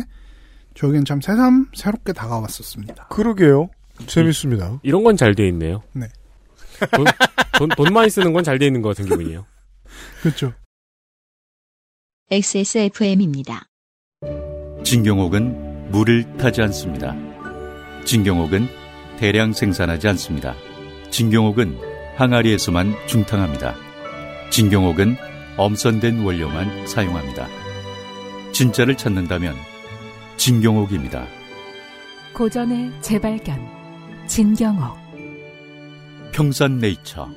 [SPEAKER 8] 저에겐 참 새삼 새롭게 다가왔었습니다.
[SPEAKER 2] 그러게요. 재밌습니다.
[SPEAKER 9] 이런 건 잘 돼 있네요.
[SPEAKER 8] 네.
[SPEAKER 9] 돈, 돈, 돈 많이 쓰는 건 잘 돼 있는 것 같은 기분이에요.
[SPEAKER 8] 그렇죠.
[SPEAKER 1] XSFM입니다.
[SPEAKER 10] 진경옥은 물을 타지 않습니다. 진경옥은 대량 생산하지 않습니다. 진경옥은 항아리에서만 중탕합니다. 진경옥은 엄선된 원료만 사용합니다. 진짜를 찾는다면 진경옥입니다.
[SPEAKER 11] 고전의 재발견 진경옥
[SPEAKER 10] 평산네이처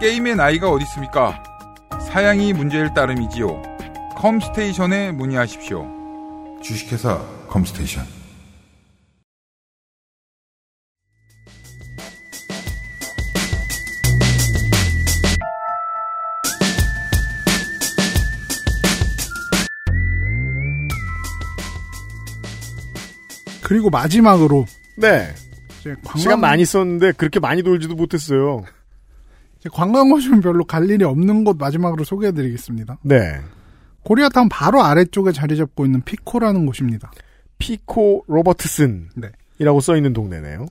[SPEAKER 12] 게임의 나이가 어디 있습니까? 사양이 문제일 따름이지요. 컴스테이션에 문의하십시오. 주식회사 컴스테이션.
[SPEAKER 8] 그리고 마지막으로
[SPEAKER 2] 네.
[SPEAKER 8] 이제
[SPEAKER 2] 시간 많이 썼는데 그렇게 많이 돌지도 못했어요.
[SPEAKER 8] 이제 관광호시면 별로 갈 일이 없는 곳 마지막으로 소개해드리겠습니다.
[SPEAKER 2] 네.
[SPEAKER 8] 코리아타운 바로 아래쪽에 자리 잡고 있는 피코라는 곳입니다.
[SPEAKER 2] 피코 로버트슨.
[SPEAKER 8] 네.
[SPEAKER 2] 이라고 써 있는 동네네요.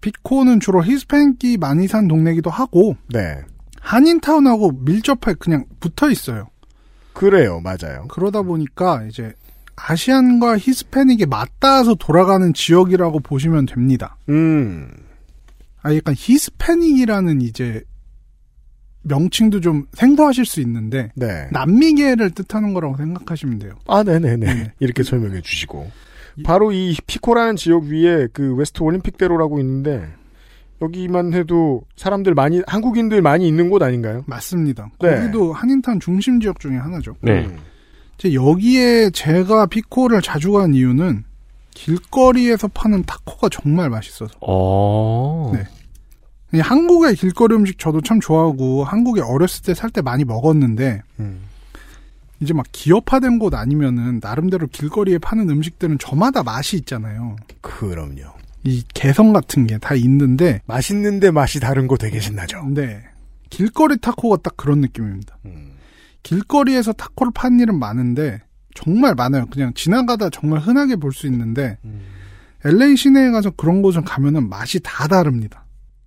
[SPEAKER 8] 피코는 주로 히스패닉이 많이 산 동네이기도 하고
[SPEAKER 2] 네.
[SPEAKER 8] 한인타운하고 밀접하게 그냥 붙어 있어요.
[SPEAKER 2] 그래요. 맞아요.
[SPEAKER 8] 그러다 보니까 이제 아시안과 히스패닉이 맞닿아서 돌아가는 지역이라고 보시면 됩니다.
[SPEAKER 2] 음.
[SPEAKER 8] 아, 약간 히스패닉이라는 이제 명칭도 좀 생소하실 수 있는데
[SPEAKER 2] 네.
[SPEAKER 8] 남미계를 뜻하는 거라고 생각하시면 돼요.
[SPEAKER 2] 아, 네네네. 이렇게 설명해 주시고. 바로 이 피코라는 지역 위에 그 웨스트 올림픽대로라고 있는데, 여기만 해도 사람들 많이, 한국인들 많이 있는 곳 아닌가요?
[SPEAKER 8] 맞습니다.
[SPEAKER 2] 네.
[SPEAKER 8] 거기도 한인타운 중심 지역 중에 하나죠.
[SPEAKER 9] 네.
[SPEAKER 2] 음.
[SPEAKER 8] 이제 여기에 제가 피코를 자주 간 이유는 길거리에서 파는 타코가 정말 맛있어서.
[SPEAKER 9] 어.
[SPEAKER 8] 네. 이 한국의 길거리 음식 저도 참 좋아하고 한국에 어렸을 때 살 때 많이 먹었는데
[SPEAKER 2] 음.
[SPEAKER 8] 이제 막 기업화된 곳 아니면은 나름대로 길거리에 파는 음식들은 저마다 맛이 있잖아요.
[SPEAKER 2] 그럼요.
[SPEAKER 8] 이 개성 같은 게 다 있는데
[SPEAKER 2] 맛있는데 맛이 다른 거 되게 신나죠.
[SPEAKER 8] 네. 길거리 타코가 딱 그런 느낌입니다.
[SPEAKER 2] 음.
[SPEAKER 8] 길거리에서 타코를 파는 일은 많은데 정말 많아요. 그냥 지나가다 정말 흔하게 볼 수 있는데
[SPEAKER 2] 음.
[SPEAKER 8] LA 시내에 가서 그런 곳을 가면은 맛이 다 다릅니다.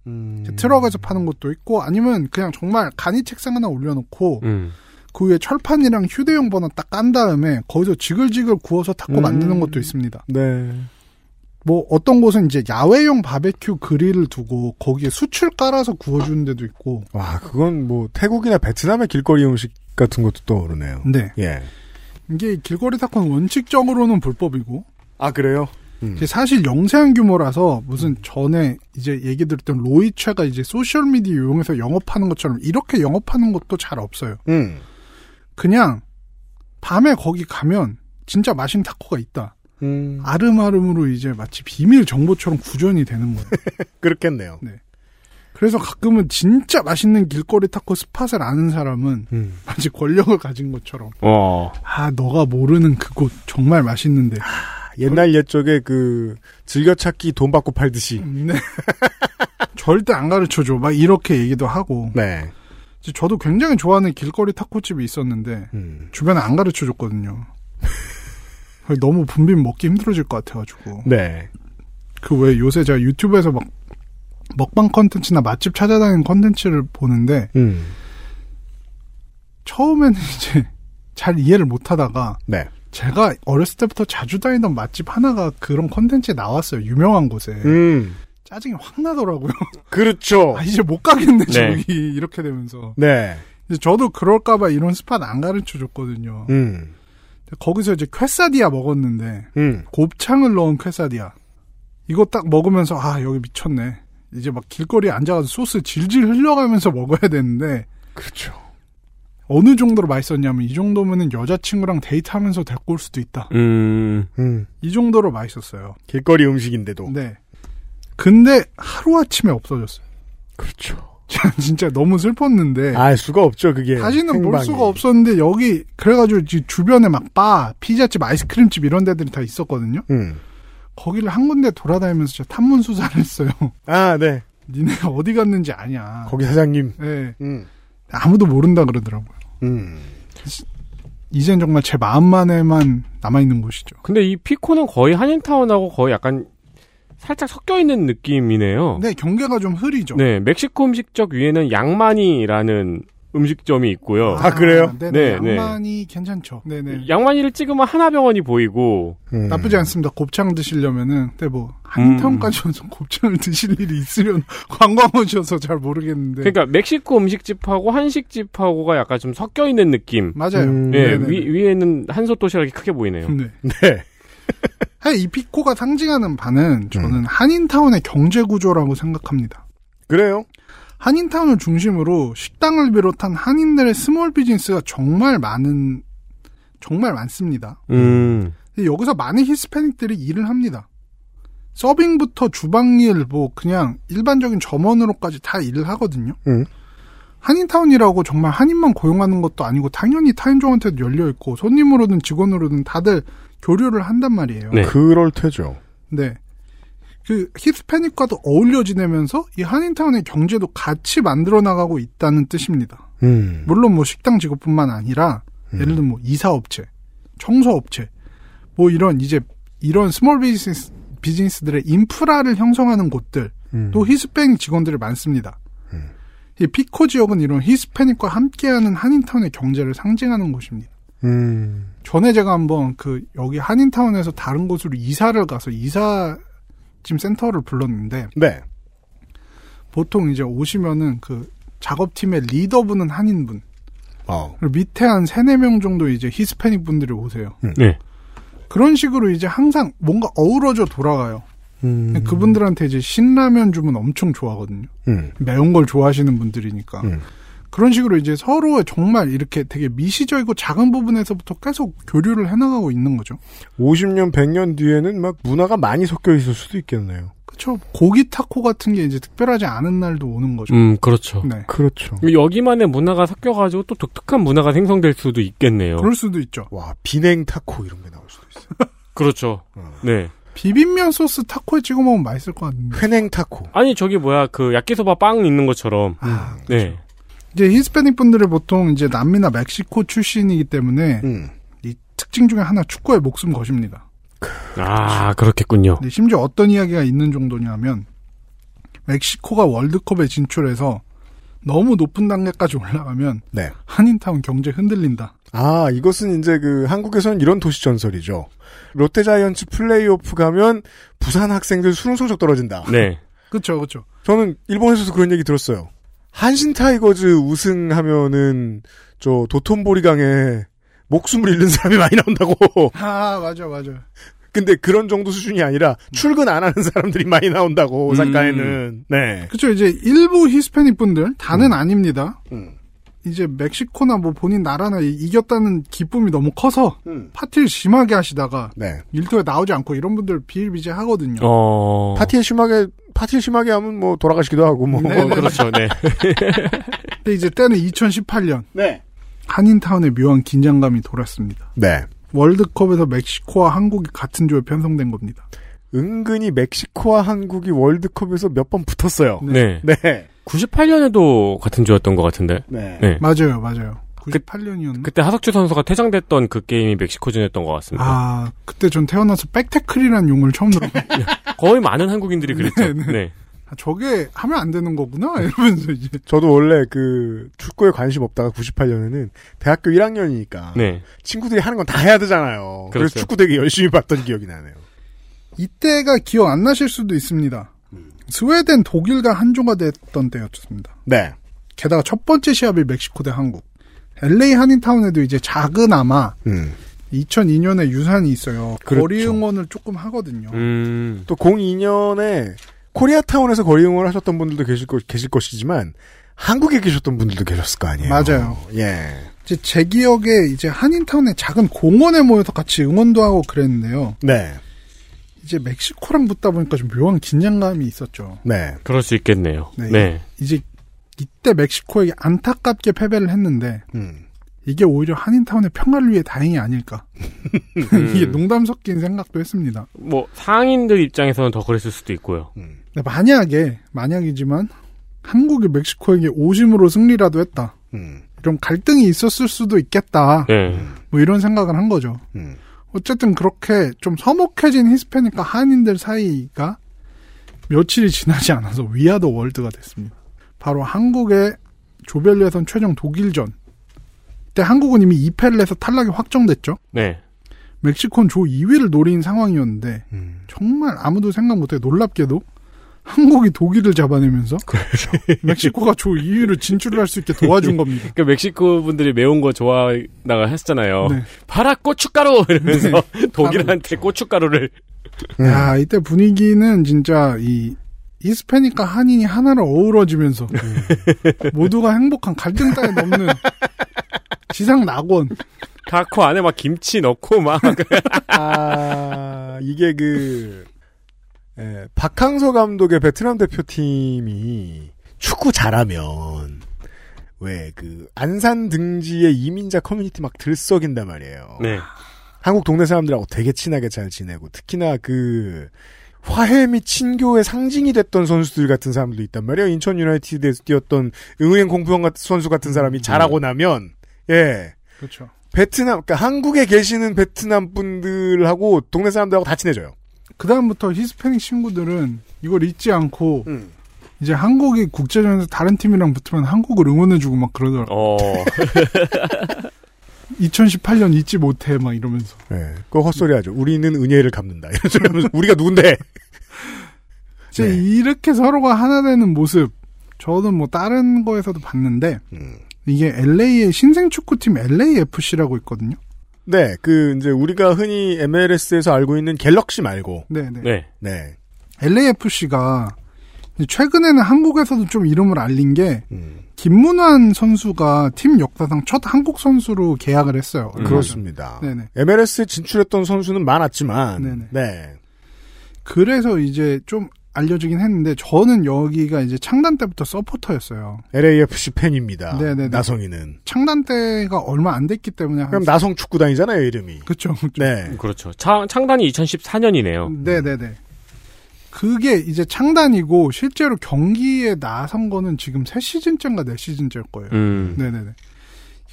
[SPEAKER 2] 음.
[SPEAKER 8] 트럭에서 파는 것도 있고 아니면 그냥 정말 간이 책상 하나 올려놓고
[SPEAKER 9] 음.
[SPEAKER 8] 그 위에 철판이랑 휴대용 버너 딱 깐 다음에 거기서 지글지글 구워서 타코
[SPEAKER 2] 음.
[SPEAKER 8] 만드는 것도 있습니다.
[SPEAKER 2] 네.
[SPEAKER 8] 뭐 어떤 곳은 이제 야외용 바베큐 그릴을 두고 거기에 수출 깔아서 구워주는 데도 있고
[SPEAKER 2] 와, 그건 뭐 태국이나 베트남의 길거리 음식 같은 것도 떠오르네요.
[SPEAKER 8] 네.
[SPEAKER 2] 예.
[SPEAKER 8] 이게 길거리 사건 원칙적으로는 불법이고.
[SPEAKER 2] 아 그래요?
[SPEAKER 8] 이게 사실 영세한 규모라서 무슨 전에 이제 얘기 드렸던 로이최가 이제 소셜 미디어 이용해서 영업하는 것처럼 이렇게 영업하는 것도 잘 없어요.
[SPEAKER 2] 음.
[SPEAKER 8] 그냥 밤에 거기 가면 진짜 맛있는 타코가 있다.
[SPEAKER 2] 음.
[SPEAKER 8] 아름아름으로 이제 마치 비밀 정보처럼 구전이 되는 거예요.
[SPEAKER 2] 그렇겠네요.
[SPEAKER 8] 네. 그래서 가끔은 진짜 맛있는 길거리 타코 스팟을 아는 사람은 마치 권력을 가진 것처럼
[SPEAKER 3] 어.
[SPEAKER 8] 아 너가 모르는 그곳 정말 맛있는데
[SPEAKER 2] 옛날 옛적에 그 즐겨찾기 돈 받고 팔듯이.
[SPEAKER 8] 네. 절대 안 가르쳐줘. 막 이렇게 얘기도 하고.
[SPEAKER 2] 네.
[SPEAKER 8] 이제 저도 굉장히 좋아하는 길거리 타코집이 있었는데,
[SPEAKER 2] 음.
[SPEAKER 8] 주변에 안 가르쳐줬거든요. 너무 분비면 먹기 힘들어질 것 같아가지고.
[SPEAKER 2] 네.
[SPEAKER 8] 그 왜 요새 제가 유튜브에서 막 먹방 컨텐츠나 맛집 찾아다니는 컨텐츠를 보는데,
[SPEAKER 2] 음.
[SPEAKER 8] 처음에는 이제 잘 이해를 못 하다가,
[SPEAKER 2] 네.
[SPEAKER 8] 제가 어렸을 때부터 자주 다니던 맛집 하나가 그런 컨텐츠에 나왔어요. 유명한 곳에.
[SPEAKER 2] 음.
[SPEAKER 8] 짜증이 확 나더라고요.
[SPEAKER 2] 그렇죠.
[SPEAKER 8] 아, 이제 못 가겠네,
[SPEAKER 2] 네.
[SPEAKER 8] 저기. 이렇게 되면서.
[SPEAKER 2] 네.
[SPEAKER 8] 이제 저도 그럴까봐 이런 스팟 안 가르쳐 줬거든요.
[SPEAKER 2] 음.
[SPEAKER 8] 거기서 이제 퀘사디아 먹었는데,
[SPEAKER 2] 음.
[SPEAKER 8] 곱창을 넣은 퀘사디아. 이거 딱 먹으면서, 아, 여기 미쳤네. 이제 막 길거리에 앉아가지고 소스 질질 흘려가면서 먹어야 되는데,
[SPEAKER 2] 그렇죠.
[SPEAKER 8] 어느 정도로 맛있었냐면, 이 정도면은 여자친구랑 데이트하면서 데리고 올 수도 있다.
[SPEAKER 3] 음.
[SPEAKER 8] 이 정도로 맛있었어요.
[SPEAKER 2] 길거리 음식인데도.
[SPEAKER 8] 네. 근데 하루아침에 없어졌어요.
[SPEAKER 2] 그렇죠.
[SPEAKER 8] 진짜 너무 슬펐는데.
[SPEAKER 2] 알 수가 없죠, 그게.
[SPEAKER 8] 다시는 볼
[SPEAKER 2] 네, 생방에.
[SPEAKER 8] 수가 없었는데 여기 그래가지고 지- 주변에 막 바, 피자집, 아이스크림집 이런 데들이 다 있었거든요.
[SPEAKER 2] 음.
[SPEAKER 8] 거기를 한 군데 돌아다니면서 진짜 탐문 수사를 했어요.
[SPEAKER 2] 아, 네.
[SPEAKER 8] 니네 어디 갔는지 아냐.
[SPEAKER 2] 거기 사장님.
[SPEAKER 8] 예.
[SPEAKER 2] 음.
[SPEAKER 8] 아무도 모른다 그러더라고요.
[SPEAKER 2] 음.
[SPEAKER 8] 이젠 정말 제 마음만에만 남아있는 곳이죠.
[SPEAKER 3] 근데 이 피코는 거의 한인타운하고 거의 약간 살짝 섞여 있는 느낌이네요.
[SPEAKER 8] 네, 경계가 좀 흐리죠.
[SPEAKER 3] 네, 멕시코 음식적 위에는 양마니라는 음식점이 있고요.
[SPEAKER 2] 아, 그래요? 음.
[SPEAKER 8] 네네,
[SPEAKER 3] 네, 네.
[SPEAKER 8] 양만이 괜찮죠. 네네.
[SPEAKER 3] 양마니를 찍으면 하나병원이 보이고.
[SPEAKER 8] 나쁘지 않습니다. 곱창 드시려면은, 근데 뭐, 한인타운까지 와서
[SPEAKER 2] 음.
[SPEAKER 8] 곱창을 드실 일이 있으면 관광 오셔서 잘 모르겠는데.
[SPEAKER 3] 그러니까 멕시코 음식집하고 한식집하고가 약간 좀 섞여 있는 느낌.
[SPEAKER 8] 맞아요. 음,
[SPEAKER 3] 네,
[SPEAKER 8] 네네네.
[SPEAKER 3] 위, 위에는 한솥 도시락이 크게 보이네요.
[SPEAKER 8] 네. 하여간 이 피코가 상징하는 바는 저는 한인타운의 경제 구조라고 생각합니다.
[SPEAKER 2] 그래요?
[SPEAKER 8] 한인타운을 중심으로 식당을 비롯한 한인들의 스몰 비즈니스가 정말 많은 정말 많습니다.
[SPEAKER 3] 음.
[SPEAKER 8] 근데 여기서 많은 히스패닉들이 일을 합니다. 서빙부터 주방일 뭐 그냥 일반적인 점원으로까지 다 일을 하거든요.
[SPEAKER 2] 음.
[SPEAKER 8] 한인타운이라고 정말 한인만 고용하는 것도 아니고 당연히 타인종한테도 열려 있고 손님으로든 직원으로든 다들 교류를 한단 말이에요.
[SPEAKER 2] 그럴 테죠.
[SPEAKER 8] 네. 그 히스패닉과도 어울려 지내면서 이 한인타운의 경제도 같이 만들어 나가고 있다는 뜻입니다.
[SPEAKER 2] 음.
[SPEAKER 8] 물론 뭐 식당 직업뿐만 아니라 예를 들면 뭐 이사업체, 청소업체, 뭐 이런 이제 이런 스몰 비즈니스 비즈니스들의 인프라를 형성하는 곳들 또 히스패닉 직원들이 많습니다. 이 피코 지역은 이런 히스패닉과 함께하는 한인타운의 경제를 상징하는 곳입니다.
[SPEAKER 2] 음.
[SPEAKER 8] 전에 제가 한번 그 여기 한인타운에서 다른 곳으로 이사를 가서 이사짐 센터를 불렀는데
[SPEAKER 2] 네.
[SPEAKER 8] 보통 이제 오시면은 그 작업팀의 리더분은 한인분
[SPEAKER 2] 어.
[SPEAKER 8] 그리고 밑에 한 세네 명 정도 이제 히스패닉 분들이 오세요.
[SPEAKER 2] 음.
[SPEAKER 3] 네.
[SPEAKER 8] 그런 식으로 이제 항상 뭔가 어우러져 돌아가요.
[SPEAKER 2] 음.
[SPEAKER 8] 그분들한테 이제 신라면 주면 엄청 좋아하거든요.
[SPEAKER 2] 음.
[SPEAKER 8] 매운 걸 좋아하시는 분들이니까. 그런 식으로 이제 서로의 정말 이렇게 되게 미시적이고 작은 부분에서부터 계속 교류를 해나가고 있는 거죠.
[SPEAKER 2] 50년, 100년 뒤에는 막 문화가 많이 섞여 있을 수도 있겠네요.
[SPEAKER 8] 그렇죠. 고기 타코 같은 게 이제 특별하지 않은 날도 오는 거죠.
[SPEAKER 3] 음, 그렇죠.
[SPEAKER 8] 네.
[SPEAKER 2] 그렇죠.
[SPEAKER 3] 여기만의 문화가 섞여가지고 또 독특한 문화가 생성될 수도 있겠네요.
[SPEAKER 8] 그럴 수도 있죠.
[SPEAKER 2] 와, 비냉 타코 이런 게 나올 수도 있어요.
[SPEAKER 3] 그렇죠. 네.
[SPEAKER 8] 비빔면 소스 타코에 찍어 먹으면 맛있을 것 같은데.
[SPEAKER 2] 회냉 타코.
[SPEAKER 3] 아니 저기 뭐야 그 야끼소바 빵 있는 것처럼. 네.
[SPEAKER 8] 이제 히스패닉 분들은 보통 이제 남미나 멕시코 출신이기 때문에 이 특징 중에 하나 축구에 목숨 거십니다.
[SPEAKER 3] 아 그렇겠군요.
[SPEAKER 8] 네, 심지어 어떤 이야기가 있는 정도냐면 멕시코가 월드컵에 진출해서 너무 높은 단계까지 올라가면
[SPEAKER 2] 네.
[SPEAKER 8] 한인타운 경제 흔들린다.
[SPEAKER 2] 아, 이것은 이제 그 한국에서는 이런 도시 전설이죠. 롯데자이언츠 플레이오프 가면 부산 학생들 수능 성적 떨어진다.
[SPEAKER 3] 네.
[SPEAKER 8] 그렇죠, 그렇죠.
[SPEAKER 2] 저는 일본에서도 그런 얘기 들었어요. 한신 타이거즈 우승하면은 저 도톤보리강에 목숨을 잃는 사람이 많이 나온다고.
[SPEAKER 8] 아, 맞아, 맞아.
[SPEAKER 2] 근데 그런 정도 수준이 아니라 출근 안 하는 사람들이 많이 나온다고
[SPEAKER 9] 음.
[SPEAKER 2] 오사카에는. 네.
[SPEAKER 8] 그쵸, 이제 일부 히스패닉 분들, 다는 아닙니다. 이제 멕시코나 뭐 본인 나라나 이- 이겼다는 기쁨이 너무 커서 파티를 심하게 하시다가
[SPEAKER 2] 네.
[SPEAKER 8] 일터에 나오지 않고 이런 분들 비일비재 하거든요.
[SPEAKER 9] 어.
[SPEAKER 2] 파티에 심하게 파티를 심하게 하면 뭐 돌아가시기도 하고 뭐.
[SPEAKER 3] 어,
[SPEAKER 8] 네, 네. 그렇죠,
[SPEAKER 9] 네.
[SPEAKER 8] 근데 이제 때는 2018년.
[SPEAKER 2] 네.
[SPEAKER 8] 한인타운의 묘한 긴장감이 돌았습니다.
[SPEAKER 2] 네.
[SPEAKER 8] 월드컵에서 멕시코와 한국이 같은 조에 편성된 겁니다.
[SPEAKER 9] 네.
[SPEAKER 2] 은근히 멕시코와 한국이 월드컵에서 몇 번 붙었어요.
[SPEAKER 9] 네.
[SPEAKER 2] 네.
[SPEAKER 9] 98년에도 같은 주였던 것 같은데.
[SPEAKER 2] 네.
[SPEAKER 8] 맞아요, 맞아요.
[SPEAKER 9] 그,
[SPEAKER 8] 98년이었나?
[SPEAKER 9] 그때 하석주 선수가 퇴장됐던 그 게임이 멕시코전이었던 것 같습니다.
[SPEAKER 8] 아, 그때 전 태어나서 백태클이라는 용어를 처음 들어봤어요.
[SPEAKER 9] 거의 많은 한국인들이 그랬죠.
[SPEAKER 8] 네,
[SPEAKER 9] 네.
[SPEAKER 8] 네. 아, 저게 하면 안 되는 거구나? 이러면서 이제.
[SPEAKER 2] 저도 원래 그 축구에 관심 없다가 98년에는 대학교 1학년이니까
[SPEAKER 9] 네.
[SPEAKER 2] 친구들이 하는 건 다 해야 되잖아요. 그래서
[SPEAKER 9] 그렇죠.
[SPEAKER 2] 축구 되게 열심히 봤던 기억이 나네요.
[SPEAKER 8] 이때가 기억 안 나실 수도 있습니다. 스웨덴, 독일과 한조가 됐던 때였습니다.
[SPEAKER 2] 네.
[SPEAKER 8] 게다가 첫 번째 시합이 멕시코 대 한국. LA 한인타운에도 이제 작은아마
[SPEAKER 2] 음.
[SPEAKER 8] 2002년에 유산이 있어요.
[SPEAKER 2] 그렇죠. 음.
[SPEAKER 8] 거리 응원을 조금 하거든요.
[SPEAKER 2] 또 02년에 코리아타운에서 거리 응원을 하셨던 분들도 계실, 것, 계실 것이지만 한국에 계셨던 분들도 계셨을 거 아니에요.
[SPEAKER 8] 맞아요.
[SPEAKER 2] 예.
[SPEAKER 8] 이제 제 기억에 이제 한인타운의 작은 공원에 모여서 같이 응원도 하고 그랬는데요.
[SPEAKER 2] 네.
[SPEAKER 8] 이제 멕시코랑 붙다 보니까 좀 묘한 긴장감이 있었죠.
[SPEAKER 2] 네.
[SPEAKER 9] 그럴 수 있겠네요.
[SPEAKER 8] 네.
[SPEAKER 9] 네.
[SPEAKER 8] 이제 이때 멕시코에게 안타깝게 패배를 했는데
[SPEAKER 2] 음.
[SPEAKER 8] 이게 오히려 한인타운의 평화를 위해 다행이 아닐까. 이게 농담 섞인 생각도 했습니다.
[SPEAKER 9] 뭐 상인들 입장에서는 더 그랬을 수도 있고요.
[SPEAKER 8] 근데 만약에 만약이지만 한국이 멕시코에게 오심으로 승리라도 했다.
[SPEAKER 2] 음.
[SPEAKER 8] 이런 갈등이 있었을 수도 있겠다.
[SPEAKER 9] 네.
[SPEAKER 8] 뭐 이런 생각을 한 거죠. 어쨌든 그렇게 좀 서먹해진 히스패닉과 한인들 사이가 며칠이 지나지 않아서 위아더 월드가 됐습니다. 바로 한국의 조별 예선 최종 독일전. 때 한국은 이미 2패를 해서 탈락이 확정됐죠.
[SPEAKER 9] 네.
[SPEAKER 8] 멕시코는 조 2위를 노린 상황이었는데 정말 아무도 생각 못해 놀랍게도 한국이 독일을 잡아내면서 멕시코가 조 2위로 진출을 할 수 있게 도와준 겁니다.
[SPEAKER 9] 그 멕시코 분들이 매운 거 좋아하다가 했잖아요.
[SPEAKER 8] 네.
[SPEAKER 9] 파라 고춧가루 이러면서 독일한테 고춧가루를
[SPEAKER 8] 야, 이때 분위기는 진짜 이 히스패닉과 한인이 하나로 어우러지면서 모두가 행복한 갈등 따위 넘는 지상 낙원.
[SPEAKER 9] 타코 안에 막 김치 넣고 막
[SPEAKER 2] 아, 이게 그, 예, 박항서 감독의 베트남 대표팀이 축구 잘하면, 왜, 그, 안산 등지의 이민자 커뮤니티 막 들썩인단 말이에요.
[SPEAKER 9] 네.
[SPEAKER 2] 한국 동네 사람들하고 되게 친하게 잘 지내고, 특히나 그, 화해 및 친교의 상징이 됐던 선수들 같은 사람도 있단 말이에요. 인천 유나이티드에서 뛰었던 응우행 공부형 같은 선수 같은 사람이 잘하고 나면, 예,
[SPEAKER 8] 그렇죠.
[SPEAKER 2] 베트남, 그러니까 한국에 계시는 베트남 분들하고 동네 사람들하고 다 친해져요.
[SPEAKER 8] 그다음부터 히스패닉 친구들은 이걸 잊지 않고 이제 한국이 국제전에서 다른 팀이랑 붙으면 한국을 응원해주고 막 그러더라고.
[SPEAKER 9] 어.
[SPEAKER 8] 2018년 잊지 못해 막 이러면서.
[SPEAKER 2] 예, 그거 헛소리 하죠. 우리는 은혜를 갚는다. 이런 소리 하면서 우리가 누군데?
[SPEAKER 8] 이제 이렇게 서로가 하나 되는 모습. 저는 뭐 다른 거에서도 봤는데 이게 LA의 신생 축구팀 LAFC라고 있거든요.
[SPEAKER 2] 네, 그, 이제 우리가 흔히 MLS에서 알고 있는 갤럭시 말고.
[SPEAKER 8] 네, 네.
[SPEAKER 9] 네.
[SPEAKER 2] 네.
[SPEAKER 8] LAFC가 최근에는 한국에서도 좀 이름을 알린 게 김문환 선수가 팀 역사상 첫 한국 선수로 계약을 했어요. 얼마 전.
[SPEAKER 2] 음, 그렇습니다.
[SPEAKER 8] 네네.
[SPEAKER 2] MLS에 진출했던 선수는 많았지만.
[SPEAKER 8] 네네.
[SPEAKER 2] 네.
[SPEAKER 8] 그래서 이제 좀 알려지긴 했는데 저는 여기가 이제 창단 때부터 서포터였어요.
[SPEAKER 2] LAFC 팬입니다.
[SPEAKER 8] 네네네.
[SPEAKER 2] 나성이는.
[SPEAKER 8] 창단 때가 얼마 안 됐기 때문에 한-
[SPEAKER 2] 그럼 나성 축구단이잖아요, 이름이.
[SPEAKER 8] 그쵸, 그
[SPEAKER 2] 네.
[SPEAKER 9] 그렇죠. 창, 창단이 2014년이네요.
[SPEAKER 8] 네네네. 그게 이제 창단이고 실제로 경기에 나선 거는 지금 세시즌째인가네시즌째일 거예요.
[SPEAKER 9] 음.
[SPEAKER 8] 네네네.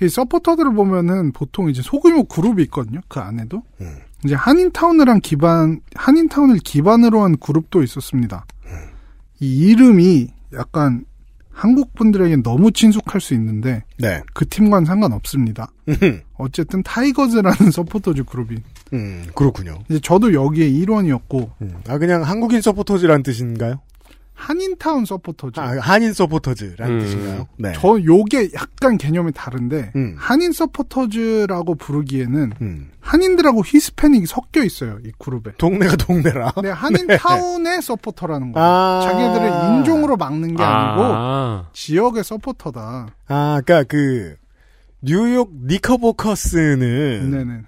[SPEAKER 8] 이 서포터들을 보면은 보통 이제 소규모 그룹이 있거든요. 그 안에도. 이제 한인타운이랑 기반, 한인타운을 기반으로 한 그룹도 있었습니다. 이 이름이 약간 한국 분들에겐 너무 친숙할 수 있는데
[SPEAKER 2] 네.
[SPEAKER 8] 그 팀과는 상관없습니다. 어쨌든 타이거즈라는 서포터즈 그룹이
[SPEAKER 2] 음, 그렇군요. 음.
[SPEAKER 8] 이제 저도 여기에 일원이었고
[SPEAKER 2] 아, 그냥 한국인 서포터즈란 뜻인가요?
[SPEAKER 8] 한인타운 서포터즈.
[SPEAKER 2] 아, 한인
[SPEAKER 8] 음.
[SPEAKER 2] 서포터즈라는 뜻인가요? 네.
[SPEAKER 8] 저 요게 약간 개념이 다른데 한인 서포터즈라고 부르기에는 한인들하고 히스패닉이 섞여 있어요 이 그룹에.
[SPEAKER 2] 음. 동네가 동네라.
[SPEAKER 8] 네, 한인 타운의 서포터라는 거예요.
[SPEAKER 2] 아.
[SPEAKER 8] 자기들을 인종으로 막는 게 아니고
[SPEAKER 2] 아.
[SPEAKER 8] 지역의 서포터다.
[SPEAKER 2] 아, 그니까 그, 뉴욕 니커보커스는.
[SPEAKER 8] 네.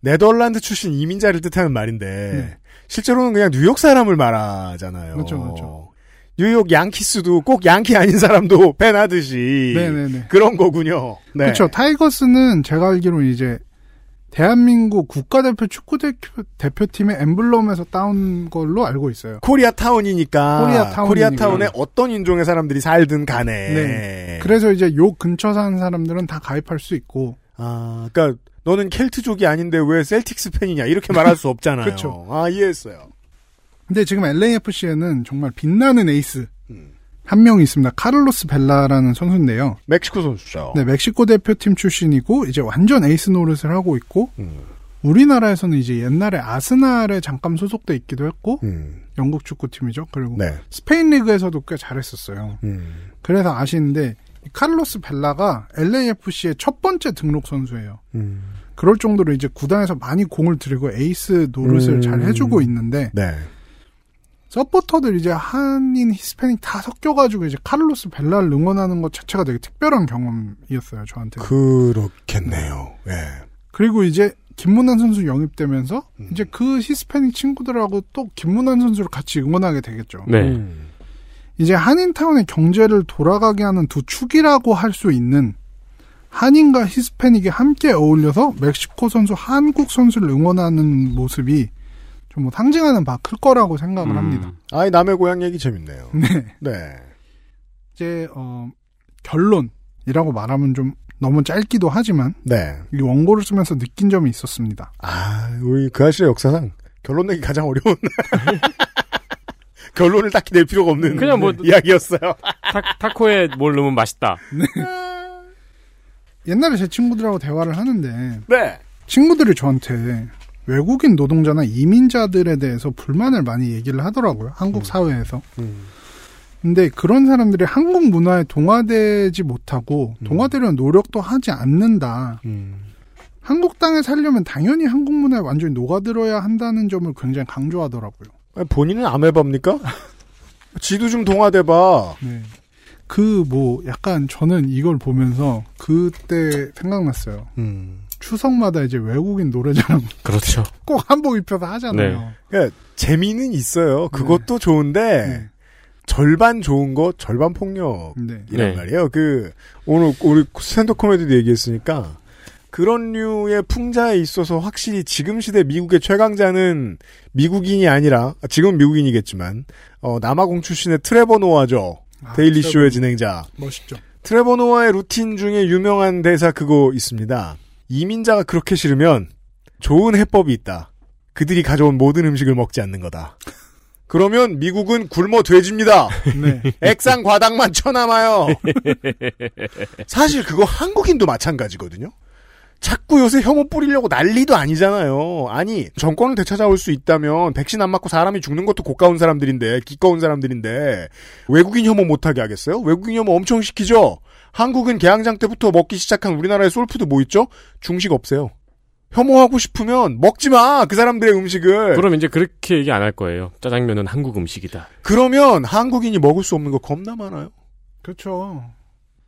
[SPEAKER 2] 네덜란드 출신 이민자를 뜻하는 말인데. 실제로는 그냥 뉴욕 사람을 말하잖아요.
[SPEAKER 8] 네. 그렇죠, 그렇죠.
[SPEAKER 2] 뉴욕 양키스도 꼭 양키 아닌 사람도 팬하듯이.
[SPEAKER 8] 네네네.
[SPEAKER 2] 그런 거군요. 네.
[SPEAKER 8] 그렇죠. 타이거스는 제가 알기로 이제 대한민국 국가대표 축구 대표, 대표팀의 엠블럼에서 따온 걸로 알고 있어요.
[SPEAKER 2] 코리아 타운이니까.
[SPEAKER 8] 코리아 타운이니까.
[SPEAKER 2] 에 어떤 인종의 사람들이 살든 간에.
[SPEAKER 8] 네. 그래서 이제 요 근처 사는 사람들은 다 가입할 수 있고.
[SPEAKER 2] 아, 그러니까 너는 켈트족이 아닌데 왜 셀틱스 팬이냐 이렇게 말할 수 없잖아요.
[SPEAKER 8] 그렇죠.
[SPEAKER 2] 아 이해했어요.
[SPEAKER 8] 근데 지금 LAFC에는 정말 빛나는 에이스 한 명이 있습니다. 카를로스 벨라라는 선수인데요.
[SPEAKER 2] 멕시코 선수죠.
[SPEAKER 8] 네, 멕시코 대표팀 출신이고 이제 완전 에이스 노릇을 하고 있고
[SPEAKER 2] 음.
[SPEAKER 8] 우리나라에서는 이제 옛날에 아스날에 잠깐 소속돼 있기도 했고 영국 축구팀이죠. 그리고
[SPEAKER 2] 음. 네.
[SPEAKER 8] 스페인 리그에서도 꽤 잘했었어요.
[SPEAKER 2] 음.
[SPEAKER 8] 그래서 아시는데 이 카를로스 벨라가 LAFC의 첫 번째 등록 선수예요.
[SPEAKER 2] 음.
[SPEAKER 8] 그럴 정도로 이제 구단에서 많이 공을 들이고 에이스 노릇을
[SPEAKER 2] 음.
[SPEAKER 8] 잘 해주고 있는데
[SPEAKER 2] 네.
[SPEAKER 8] 서포터들 이제 한인 히스패닉 다 섞여가지고 이제 카를로스 벨라를 응원하는 것 자체가 되게 특별한 경험이었어요 저한테.
[SPEAKER 2] 그렇겠네요. 예.
[SPEAKER 8] 그리고 이제 김문환 선수 영입되면서 이제 그 히스패닉 친구들하고 또 김문환 선수를 같이 응원하게 되겠죠.
[SPEAKER 9] 네.
[SPEAKER 8] 이제 한인타운의 경제를 돌아가게 하는 두 축이라고 할 수 있는 한인과 히스패닉이 함께 어울려서 멕시코 선수, 한국 선수를 응원하는 모습이 좀뭐 상징하는 바 클 거라고 생각을 합니다.
[SPEAKER 2] 아이 남의 고향 얘기 재밌네요.
[SPEAKER 8] 네.
[SPEAKER 2] 네.
[SPEAKER 8] 이제 어, 결론이라고 말하면 좀 너무 짧기도 하지만
[SPEAKER 2] 네.
[SPEAKER 8] 이 원고를 쓰면서 느낀 점이 있었습니다.
[SPEAKER 2] 아, 우리 그 아실의 역사상 결론 내기 가장 어려운 결론을 딱히 낼 필요가 없는
[SPEAKER 3] 그냥 뭐-
[SPEAKER 2] 이야기였어요.
[SPEAKER 3] 타, 코에뭘 넣으면 맛있다.
[SPEAKER 8] 옛날에 제 친구들하고 대화를 하는데
[SPEAKER 2] 네.
[SPEAKER 8] 친구들이 저한테 외국인 노동자나 이민자들에 대해서 불만을 많이 얘기를 하더라고요. 한국 사회에서. 근데 그런 사람들이 한국 문화에 동화되지 못하고 동화되려는 노력도 하지 않는다. 한국 땅에 살려면 당연히 한국 문화에 완전히 녹아들어야 한다는 점을 굉장히 강조하더라고요.
[SPEAKER 2] 아니, 본인은 아메바입니까? 지도 좀 동화돼봐.
[SPEAKER 8] 그 뭐 약간 저는 이걸 보면서 그때 생각났어요. 추석마다 이제 외국인 노래자랑
[SPEAKER 9] 음. 그렇죠.
[SPEAKER 8] 꼭 한복 입혀서 하잖아요.
[SPEAKER 2] 그러니까 재미는 있어요. 그것도
[SPEAKER 9] 네.
[SPEAKER 8] 네.
[SPEAKER 2] 좋은데 절반 좋은 거 절반 폭력이란
[SPEAKER 8] 네.
[SPEAKER 2] 말이에요. 그 오늘 우리 스탠드 코미디도 얘기했으니까 그런 류의 풍자에 있어서 확실히 지금 시대 미국의 최강자는 미국인이 아니라 아, 지금 미국인이겠지만 어, 남아공 출신의 트레버 노아죠. 데일리
[SPEAKER 8] 트레버.
[SPEAKER 2] 쇼의 진행자.
[SPEAKER 8] 멋있죠.
[SPEAKER 2] 트레버 노아의 루틴 중에 유명한 대사 그거 있습니다. 이민자가 그렇게 싫으면 좋은 해법이 있다. 그들이 가져온 모든 음식을 먹지 않는 거다. 그러면 미국은 굶어 돼집니다.
[SPEAKER 8] 네.
[SPEAKER 2] 액상 과당만 쳐남아요. 사실 그거 한국인도 마찬가지거든요. 자꾸 요새 혐오 뿌리려고 난리도 아니잖아요. 아니 정권을 되찾아올 수 있다면 백신 안 맞고 사람이 죽는 것도 고가운 사람들인데 기꺼운 사람들인데 외국인 혐오 못하게 하겠어요? 외국인 혐오 엄청 시키죠. 한국은 개항장 때부터 먹기 시작한 우리나라의 솔푸드 뭐 있죠? 중식 없어요. 혐오하고 싶으면 먹지 마. 그 사람들의 음식을.
[SPEAKER 9] 그럼 이제 그렇게 얘기 안 할 거예요. 짜장면은 한국 음식이다.
[SPEAKER 2] 그러면 한국인이 먹을 수 없는 거 겁나 많아요.
[SPEAKER 8] 그렇죠.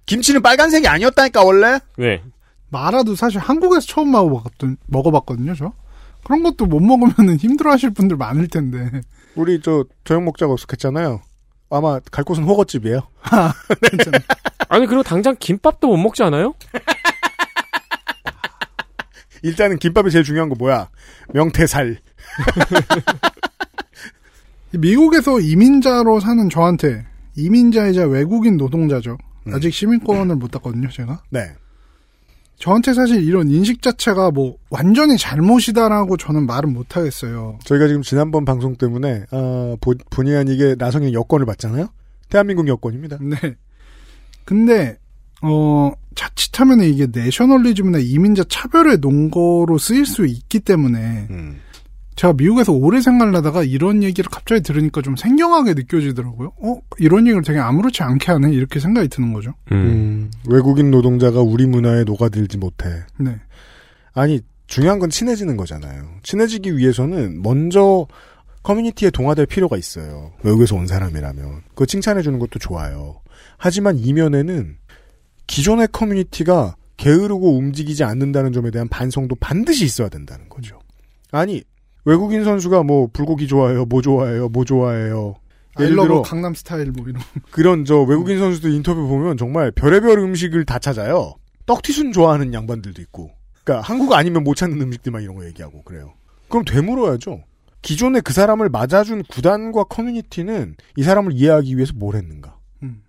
[SPEAKER 2] 김치는 빨간색이 아니었다니까 원래.
[SPEAKER 9] 네.
[SPEAKER 8] 마라도 사실 한국에서 처음 먹어봤던, 먹어봤거든요, 저. 그런 것도 못 먹으면 힘들어 하실 분들 많을 텐데.
[SPEAKER 2] 우리 저 저녁 먹자고 약속했잖아요. 아마 갈 곳은 호거집이에요.
[SPEAKER 9] 아니 그리고 당장 김밥도 못 먹지 않아요?
[SPEAKER 2] 일단은 김밥이 제일 중요한 거 뭐야? 명태살.
[SPEAKER 8] 미국에서 이민자로 사는 저한테, 이민자이자 외국인 노동자죠.
[SPEAKER 9] 음.
[SPEAKER 8] 아직 시민권을 못 땄거든요, 제가.
[SPEAKER 2] 네.
[SPEAKER 8] 저한테 사실 이런 인식 자체가 뭐, 완전히 잘못이다라고 저는 말은 못하겠어요.
[SPEAKER 2] 저희가 지금 지난번 방송 때문에 아, 보- 본의 아니게 나성인 여권을 받잖아요. 대한민국 여권입니다.
[SPEAKER 8] 네. 근데, 어, 자칫하면
[SPEAKER 2] 음.
[SPEAKER 8] 이게 내셔널리즘이나 이민자 차별의 논거로 쓰일 수 있기 때문에, 제가 미국에서 오래 생활을 하다가 이런 얘기를 갑자기 들으니까 좀 생경하게 느껴지더라고요. 어? 이런 얘기를 되게 아무렇지 않게 하네? 이렇게 생각이 드는 거죠.
[SPEAKER 2] 음, 외국인 노동자가 우리 문화에 녹아들지 못해.
[SPEAKER 8] 네.
[SPEAKER 2] 아니, 중요한 건 친해지는 거잖아요. 친해지기 위해서는 먼저 커뮤니티에 동화될 필요가 있어요. 외국에서 온 사람이라면. 그거 칭찬해주는 것도 좋아요. 하지만 이면에는 기존의 커뮤니티가 게으르고 움직이지 않는다는 점에 대한 반성도 반드시 있어야 된다는 거죠. 아니, 외국인 선수가 뭐 불고기 좋아해요, 뭐 좋아해요, 뭐 좋아해요. 예를
[SPEAKER 8] 아일러브
[SPEAKER 2] 들어
[SPEAKER 8] 강남 스타일 뭐 이런.
[SPEAKER 2] 그런 저 외국인 선수들 인터뷰 보면 정말 별의별 음식을 다 찾아요. 떡튀순 좋아하는 양반들도 있고. 그러니까 한국 아니면 못 찾는 음식들만 이런 거 얘기하고 그래요. 그럼 되물어야죠. 기존에 그 사람을 맞아준 구단과 커뮤니티는 이 사람을 이해하기 위해서 뭘 했는가?
[SPEAKER 8] 음.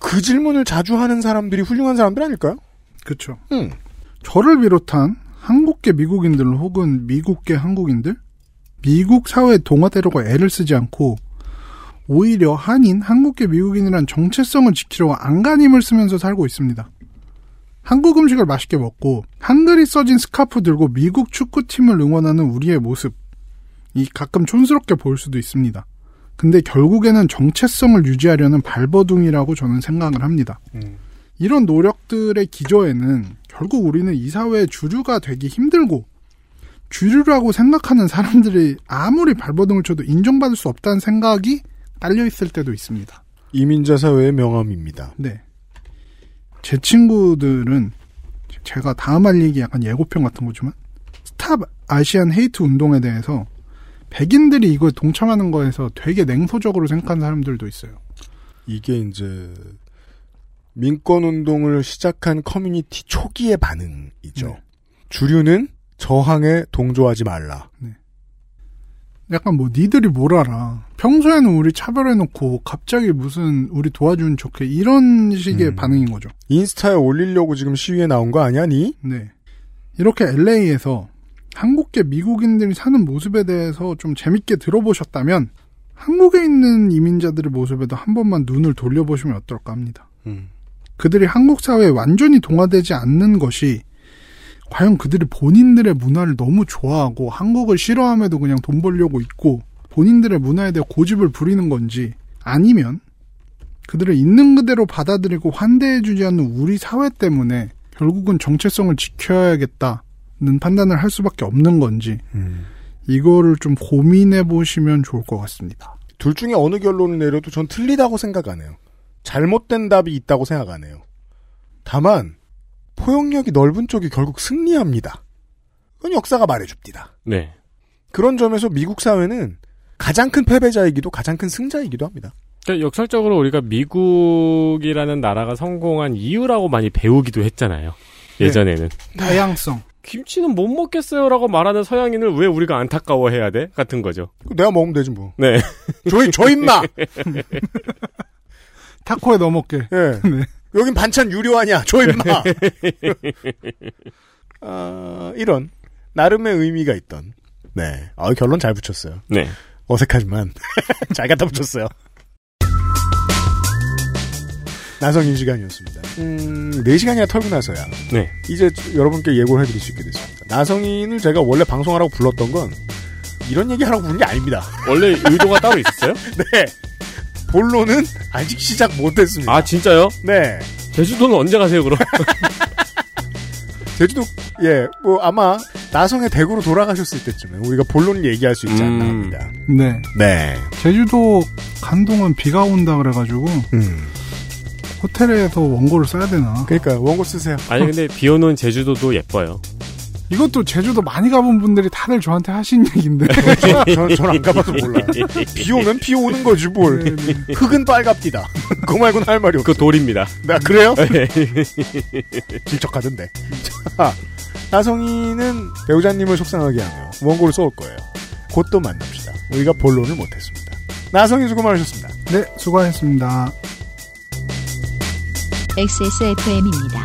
[SPEAKER 2] 그 질문을 자주 하는 사람들이 훌륭한 사람들 아닐까요?
[SPEAKER 8] 그렇죠.
[SPEAKER 2] 음.
[SPEAKER 8] 저를 비롯한 한국계 미국인들 혹은 미국계 한국인들 미국 사회 동화대로가 애를 쓰지 않고 오히려 한인 한국계 미국인이란 정체성을 지키려고 안간힘을 쓰면서 살고 있습니다. 한국 음식을 맛있게 먹고 한글이 써진 스카프 들고 미국 축구팀을 응원하는 우리의 모습 이 가끔 촌스럽게 보일 수도 있습니다. 근데 결국에는 정체성을 유지하려는 발버둥이라고 저는 생각을 합니다. 이런 노력들의 기저에는 결국 우리는 이 사회의 주류가 되기 힘들고 주류라고 생각하는 사람들이 아무리 발버둥을 쳐도 인정받을 수 없다는 생각이 깔려 있을 때도 있습니다.
[SPEAKER 2] 이민자 사회의 명함입니다.
[SPEAKER 8] 네. 제 친구들은 제가 다음 할 얘기 약간 예고편 같은 거지만 스탑 아시안 헤이트 운동에 대해서 백인들이 이걸 동참하는 거에서 되게 냉소적으로 생각하는 사람들도 있어요.
[SPEAKER 2] 이게 이제 민권 운동을 시작한 커뮤니티 초기의 반응이죠.
[SPEAKER 8] 네.
[SPEAKER 2] 주류는 저항에 동조하지 말라.
[SPEAKER 8] 약간 뭐 니들이 뭘 알아. 평소에는 우리 차별해놓고 갑자기 무슨 우리 도와주면 좋게 이런 식의 반응인 거죠.
[SPEAKER 2] 인스타에 올리려고 지금 시위에 나온 거 아니야, 니?
[SPEAKER 8] 네. 이렇게 LA에서 한국계 미국인들이 사는 모습에 대해서 좀 재밌게 들어보셨다면 한국에 있는 이민자들의 모습에도 한 번만 눈을 돌려보시면 어떨까 합니다. 그들이 한국 사회에 완전히 동화되지 않는 것이 과연 그들이 본인들의 문화를 너무 좋아하고 한국을 싫어함에도 그냥 돈 벌려고 있고 본인들의 문화에 대해 고집을 부리는 건지 아니면 그들을 있는 그대로 받아들이고 환대해주지 않는 우리 사회 때문에 결국은 정체성을 지켜야겠다는 판단을 할 수밖에 없는 건지 이거를 좀 고민해 보시면 좋을 것 같습니다.
[SPEAKER 2] 둘 중에 어느 결론을 내려도 전 틀리다고 생각 안 해요. 잘못된 답이 있다고 생각 안 해요. 다만 포용력이 넓은 쪽이 결국 승리합니다. 그건 역사가 말해줍니다.
[SPEAKER 9] 네.
[SPEAKER 2] 그런 점에서 미국 사회는 가장 큰 패배자이기도 가장 큰 승자이기도 합니다.
[SPEAKER 9] 그러니까 역설적으로 우리가 미국이라는 나라가 성공한 이유라고 많이 배우기도 했잖아요. 예전에는.
[SPEAKER 8] 네. 다양성.
[SPEAKER 9] 김치는 못 먹겠어요라고 말하는 서양인을 왜 우리가 안타까워해야 돼? 같은 거죠.
[SPEAKER 2] 내가 먹으면 되지 뭐.
[SPEAKER 9] 네.
[SPEAKER 2] 조이 저 임마.
[SPEAKER 8] 타코에 넣어 먹게.
[SPEAKER 2] 예. 여긴 반찬 유료 아니야. 저 임마. 아, 이런 나름의 의미가 있던. 네. 아, 결론 잘 붙였어요.
[SPEAKER 9] 네.
[SPEAKER 2] 어색하지만 잘 갖다 붙였어요. 나성인 시간이었습니다. 음, 4시간이나 털고 나서야
[SPEAKER 9] 네.
[SPEAKER 2] 이제 여러분께 예고를 해드릴 수 있게 됐습니다. 나성인을 제가 원래 방송하라고 불렀던 건 이런 얘기 하라고 부른 게 아닙니다.
[SPEAKER 9] 원래 의도가 따로 있었어요?
[SPEAKER 2] 네. 본론은 아직 시작 못했습니다.
[SPEAKER 9] 아, 진짜요?
[SPEAKER 2] 네.
[SPEAKER 9] 제주도는 언제 가세요, 그럼?
[SPEAKER 2] 제주도, 예, 뭐 아마 나성의 대구로 돌아가셨을 때쯤에 우리가 본론을 얘기할 수 있지 않나 합니다.
[SPEAKER 8] 네.
[SPEAKER 2] 음. 네.
[SPEAKER 8] 제주도 간동은 비가 온다 그래가지고
[SPEAKER 2] 음.
[SPEAKER 8] 호텔에서 원고를 써야 되나?
[SPEAKER 2] 그러니까 원고 쓰세요.
[SPEAKER 9] 아니, 근데 비 오는 제주도도 예뻐요.
[SPEAKER 8] 이것도 제주도 많이 가본 분들이 다들 저한테 하신 얘기인데.
[SPEAKER 2] 어, 저는 안 가봐서 몰라요. 네. 비 오면 비 오는 거지 뭘.
[SPEAKER 8] 네,
[SPEAKER 2] 흙은 빨갑디다. 그거 말고는 할 말이 없어.
[SPEAKER 9] 그 돌입니다.
[SPEAKER 2] 나 그래요?
[SPEAKER 9] 네.
[SPEAKER 2] 질척하던데. 자, 나성이는 배우자님을 속상하게 하며 원고를 써올 거예요. 곧 또 만납시다. 우리가 본론을 못했습니다. 나성이 수고 많으셨습니다.
[SPEAKER 8] 네, 수고하셨습니다.
[SPEAKER 1] XSFM입니다.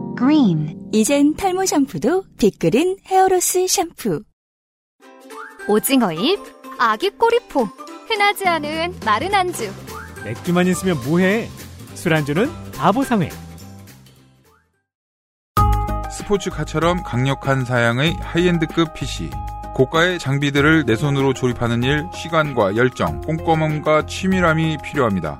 [SPEAKER 5] 그린 이젠 탈모 샴푸도 빅그린 헤어로스 샴푸
[SPEAKER 7] 오징어 잎, 아기 꼬리포, 흔하지 않은 마른 안주.
[SPEAKER 6] 맥주만 있으면 뭐해? 술안주는 바보상회.
[SPEAKER 12] 스포츠카처럼 강력한 사양의 하이엔드급 PC. 고가의 장비들을 내 손으로 조립하는 일, 시간과 열정, 꼼꼼함과 치밀함이 필요합니다.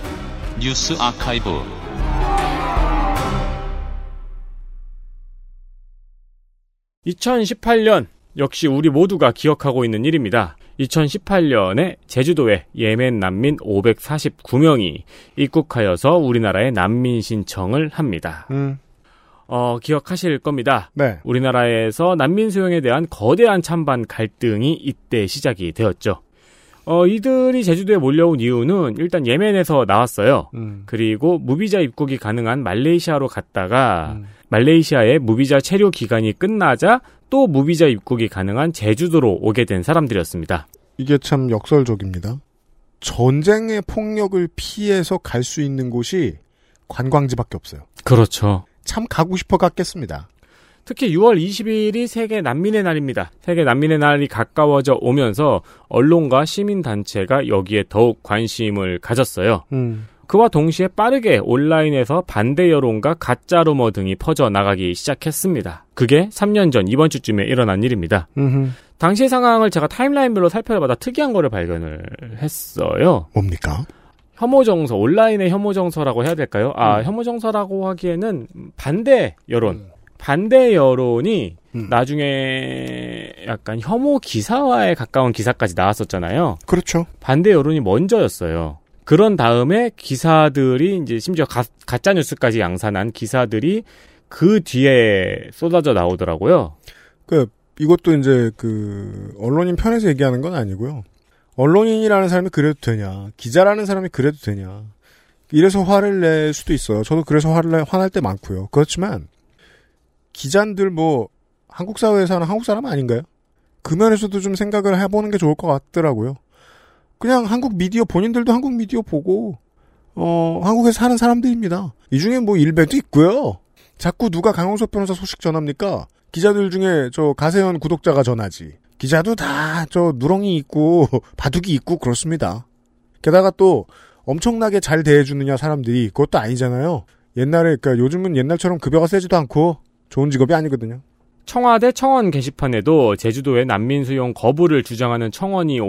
[SPEAKER 13] 뉴스 아카이브
[SPEAKER 3] 이 2018년 역시 우리 모두가 기억하고 있는 일입니다. 2018년에 제주도에 예멘 난민 549명이 입국하여서 우리나라에 난민 신청을 합니다.
[SPEAKER 2] 음.
[SPEAKER 3] 어, 기억하실 겁니다.
[SPEAKER 2] 네.
[SPEAKER 3] 우리나라에서 난민 수용에 대한 거대한 찬반 갈등이 이때 시작이 되었죠. 어, 이들이 제주도에 몰려온 이유는 일단 예멘에서 나왔어요. 그리고 무비자 입국이 가능한 말레이시아로 갔다가 말레이시아의 무비자 체류 기간이 끝나자 또 무비자 입국이 가능한 제주도로 오게 된 사람들이었습니다.
[SPEAKER 2] 이게 참 역설적입니다. 전쟁의 폭력을 피해서 갈 수 있는 곳이 관광지밖에 없어요.
[SPEAKER 3] 그렇죠.
[SPEAKER 2] 참 가고 싶어 갔겠습니다.
[SPEAKER 3] 특히 6월 20일이 세계 난민의 날입니다. 세계 난민의 날이 가까워져 오면서 언론과 시민단체가 여기에 더욱 관심을 가졌어요. 그와 동시에 빠르게 온라인에서 반대 여론과 가짜 루머 등이 퍼져나가기 시작했습니다. 그게 3년 전 이번 주쯤에 일어난 일입니다. 당시 상황을 제가 타임라인별로 살펴보다 특이한 거를 발견을 했어요.
[SPEAKER 2] 뭡니까?
[SPEAKER 3] 혐오정서, 온라인의 혐오정서라고 해야 될까요? 아, 혐오정서라고 하기에는 반대 여론. 반대 여론이 나중에 약간 혐오 기사와에 가까운 기사까지 나왔었잖아요.
[SPEAKER 2] 그렇죠.
[SPEAKER 3] 반대 여론이 먼저였어요. 그런 다음에 기사들이 이제 심지어 가, 가짜 뉴스까지 양산한 기사들이 그 뒤에 쏟아져 나오더라고요.
[SPEAKER 2] 그 이것도 이제 그 언론인 편에서 얘기하는 건 아니고요. 언론인이라는 사람이 그래도 되냐, 기자라는 사람이 그래도 되냐. 이래서 화를 낼 수도 있어요. 저도 그래서 화를 내- 화날 때 많고요. 그렇지만 기자들 뭐 한국 사회에 사는 한국 사람 아닌가요? 그 면에서도 좀 생각을 해보는 게 좋을 것 같더라고요. 그냥 한국 미디어 본인들도 한국 미디어 보고 어 한국에서 사는 사람들입니다. 이 중에 뭐 일베도 있고요. 자꾸 누가 강용석 변호사 소식 전합니까? 기자들 중에 저 가세현 구독자가 전하지. 기자도 다 저 누렁이 있고 바둑이 있고 그렇습니다. 게다가 또 엄청나게 잘 대해주느냐 사람들이 그것도 아니잖아요. 옛날에 그러니까 요즘은 옛날처럼 급여가 세지도 않고 좋은 직업이 아니거든요.
[SPEAKER 3] 청와대 청원 게시판에도 제주도의 난민 수용 거부를 주장하는 청원이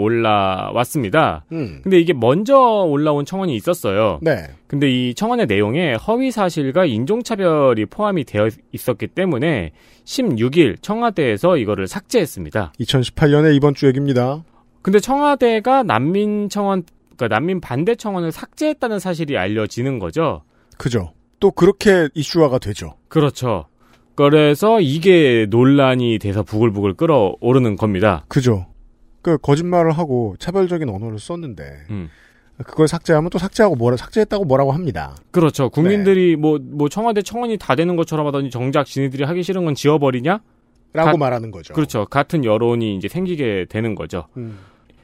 [SPEAKER 3] 올라왔습니다. 근데 이게 먼저 올라온 청원이 있었어요.
[SPEAKER 2] 네.
[SPEAKER 3] 근데 이 청원의 내용에 허위 사실과 인종차별이 포함이 되어 있었기 때문에 16일 청와대에서 이거를 삭제했습니다.
[SPEAKER 2] 2018년에 이번 주 얘기입니다.
[SPEAKER 3] 근데 청와대가 난민 청원, 그러니까 난민 반대 청원을 삭제했다는 사실이 알려지는 거죠.
[SPEAKER 2] 그죠. 또 그렇게 이슈화가 되죠.
[SPEAKER 3] 그렇죠. 그래서 이게 논란이 돼서 부글부글 끓어오르는 겁니다.
[SPEAKER 2] 그죠. 그 거짓말을 하고 차별적인 언어를 썼는데
[SPEAKER 3] 음.
[SPEAKER 2] 그걸 삭제하면 또 삭제하고 뭐라 삭제했다고 뭐라고 합니다.
[SPEAKER 3] 그렇죠. 국민들이 뭐, 뭐 청와대 청원이 다 되는 것처럼 하더니 정작 지네들이 하기 싫은 건 지워버리냐?
[SPEAKER 2] 라고
[SPEAKER 3] 가-
[SPEAKER 2] 말하는 거죠.
[SPEAKER 3] 그렇죠. 같은 여론이 이제 생기게 되는 거죠.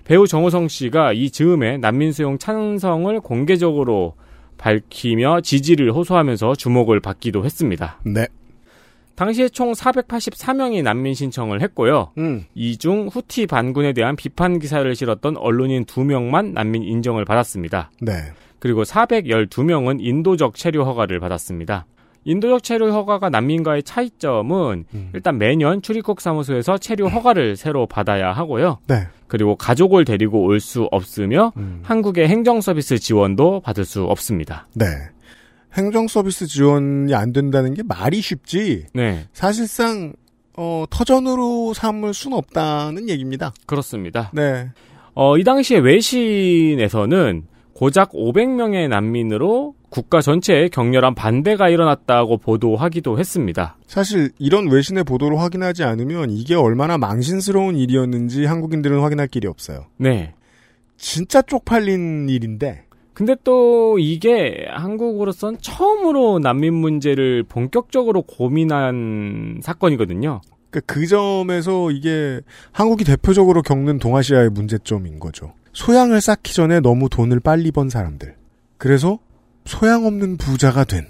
[SPEAKER 3] 배우 정호성 씨가 이 즈음에 난민 수용 찬성을 공개적으로 밝히며 지지를 호소하면서 주목을 받기도 했습니다.
[SPEAKER 2] 네.
[SPEAKER 3] 당시에 총 484명이 난민 신청을 했고요. 이 중 후티 반군에 대한 비판 기사를 실었던 언론인 2명만 난민 인정을 받았습니다.
[SPEAKER 2] 네.
[SPEAKER 3] 그리고 412명은 인도적 체류 허가를 받았습니다. 인도적 체류 허가가 난민과의 차이점은 일단 매년 출입국 사무소에서 체류 허가를 새로 받아야 하고요.
[SPEAKER 2] 네.
[SPEAKER 3] 그리고 가족을 데리고 올 수 없으며 한국의 행정 서비스 지원도 받을 수 없습니다.
[SPEAKER 2] 네. 행정 서비스 지원이 안 된다는 게 말이 쉽지.
[SPEAKER 3] 네.
[SPEAKER 2] 사실상 어, 터전으로 삼을 수는 없다는 얘기입니다.
[SPEAKER 3] 그렇습니다.
[SPEAKER 2] 네.
[SPEAKER 3] 어, 이 당시에 외신에서는 고작 500명의 난민으로 국가 전체에 격렬한 반대가 일어났다고 보도하기도 했습니다.
[SPEAKER 2] 사실 이런 외신의 보도를 확인하지 않으면 이게 얼마나 망신스러운 일이었는지 한국인들은 확인할 길이 없어요.
[SPEAKER 3] 네.
[SPEAKER 2] 진짜 쪽팔린 일인데.
[SPEAKER 3] 근데 또 이게 한국으로선 처음으로 난민 문제를 본격적으로 고민한 사건이거든요.
[SPEAKER 2] 그러니까 그 점에서 이게 한국이 대표적으로 겪는 동아시아의 문제점인 거죠. 소양을 쌓기 전에 너무 돈을 빨리 번 사람들. 그래서 소양 없는 부자가 된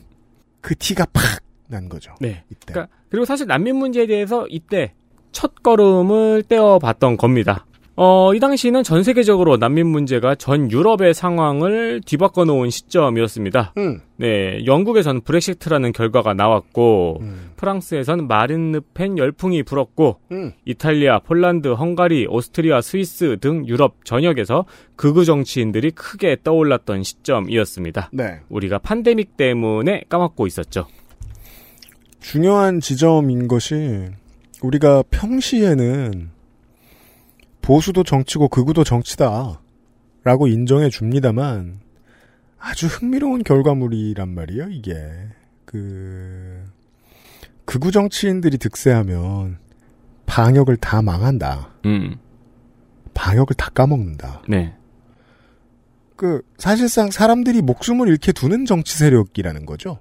[SPEAKER 2] 그 티가 팍 난 거죠.
[SPEAKER 3] 네. 그러니까 그리고 사실 난민 문제에 대해서 이때 첫 걸음을 떼어봤던 겁니다. 어, 이 당시는 전 세계적으로 난민 문제가 전 유럽의 상황을 뒤바꿔 놓은 시점이었습니다.
[SPEAKER 2] 음.
[SPEAKER 3] 네, 영국에선 브렉시트라는 결과가 나왔고 프랑스에선 마린 르펜 열풍이 불었고
[SPEAKER 2] 음.
[SPEAKER 3] 이탈리아, 폴란드, 헝가리, 오스트리아, 스위스 등 유럽 전역에서 극우 정치인들이 크게 떠올랐던 시점이었습니다.
[SPEAKER 2] 네.
[SPEAKER 3] 우리가 팬데믹 때문에 까먹고 있었죠.
[SPEAKER 2] 중요한 지점인 것이 우리가 평시에는 보수도 정치고 극우도 정치다 라고 인정해 줍니다만 아주 흥미로운 결과물이란 말이에요 이게 그 극우 정치인들이 득세하면 방역을 다 망한다
[SPEAKER 3] 음.
[SPEAKER 2] 방역을 다 까먹는다
[SPEAKER 3] 네.
[SPEAKER 2] 그 사실상 사람들이 목숨을 잃게 두는 정치 세력이라는 거죠.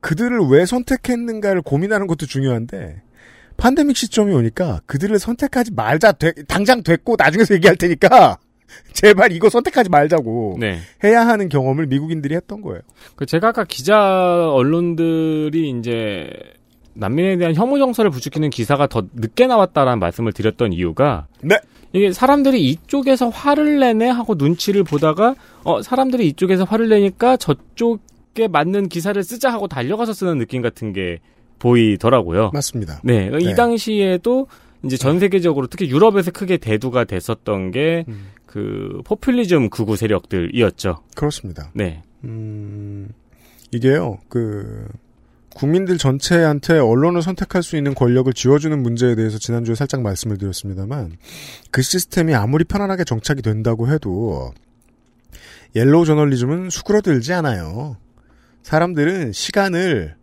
[SPEAKER 2] 그들을 왜 선택했는가를 고민하는 것도 중요한데 팬데믹 시점이 오니까 그들을 선택하지 말자 되- 당장 됐고 나중에서 얘기할 테니까 제발 이거 선택하지 말자고
[SPEAKER 3] 네.
[SPEAKER 2] 해야 하는 경험을 미국인들이 했던 거예요.
[SPEAKER 3] 그 제가 아까 기자 언론들이 이제 난민에 대한 혐오 정서를 부추기는 기사가 더 늦게 나왔다라는 말씀을 드렸던 이유가
[SPEAKER 2] 네.
[SPEAKER 3] 이게 사람들이 이쪽에서 화를 내네 하고 눈치를 보다가 어 사람들이 이쪽에서 화를 내니까 저쪽에 맞는 기사를 쓰자 하고 달려가서 쓰는 느낌 같은 게 보이더라고요.
[SPEAKER 2] 맞습니다.
[SPEAKER 3] 네, 이 당시에도 이제 전 세계적으로 특히 유럽에서 크게 대두가 됐었던 게 그 포퓰리즘 극우 세력들이었죠.
[SPEAKER 2] 그렇습니다.
[SPEAKER 3] 네.
[SPEAKER 2] 음, 이게요, 그, 국민들 전체한테 언론을 선택할 수 있는 권력을 쥐어주는 문제에 대해서 지난주에 살짝 말씀을 드렸습니다만, 그 시스템이 아무리 편안하게 정착이 된다고 해도, 옐로우 저널리즘은 수그러들지 않아요. 사람들은 시간을,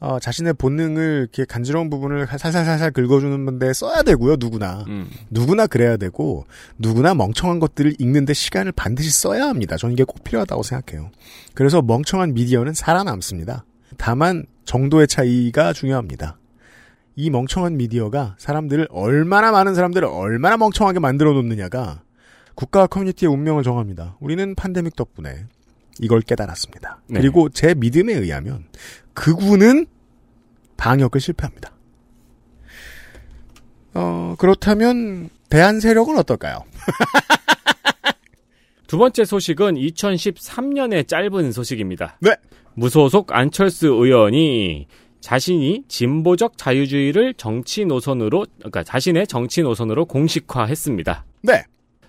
[SPEAKER 2] 어, 자신의 본능을, 이렇게 간지러운 부분을 살살살살 긁어주는 건데 써야 되고요, 누구나. 누구나 그래야 되고, 누구나 멍청한 것들을 읽는데 시간을 반드시 써야 합니다. 저는 이게 꼭 필요하다고 생각해요. 그래서 멍청한 미디어는 살아남습니다. 다만 정도의 차이가 중요합니다. 이 멍청한 미디어가 사람들을 얼마나 많은 사람들을 얼마나 멍청하게 만들어 놓느냐가 국가와 커뮤니티의 운명을 정합니다. 우리는 팬데믹 덕분에 이걸 깨달았습니다.
[SPEAKER 3] 네.
[SPEAKER 2] 그리고 제 믿음에 의하면 극우는 방역을 실패합니다. 어, 그렇다면 대한 세력은 어떨까요?
[SPEAKER 3] 두 번째 소식은 2013년의 짧은 소식입니다.
[SPEAKER 2] 네.
[SPEAKER 3] 무소속 안철수 의원이 자신이 진보적 자유주의를 정치 노선으로, 그러니까 자신의 정치 노선으로 공식화했습니다.
[SPEAKER 2] 네.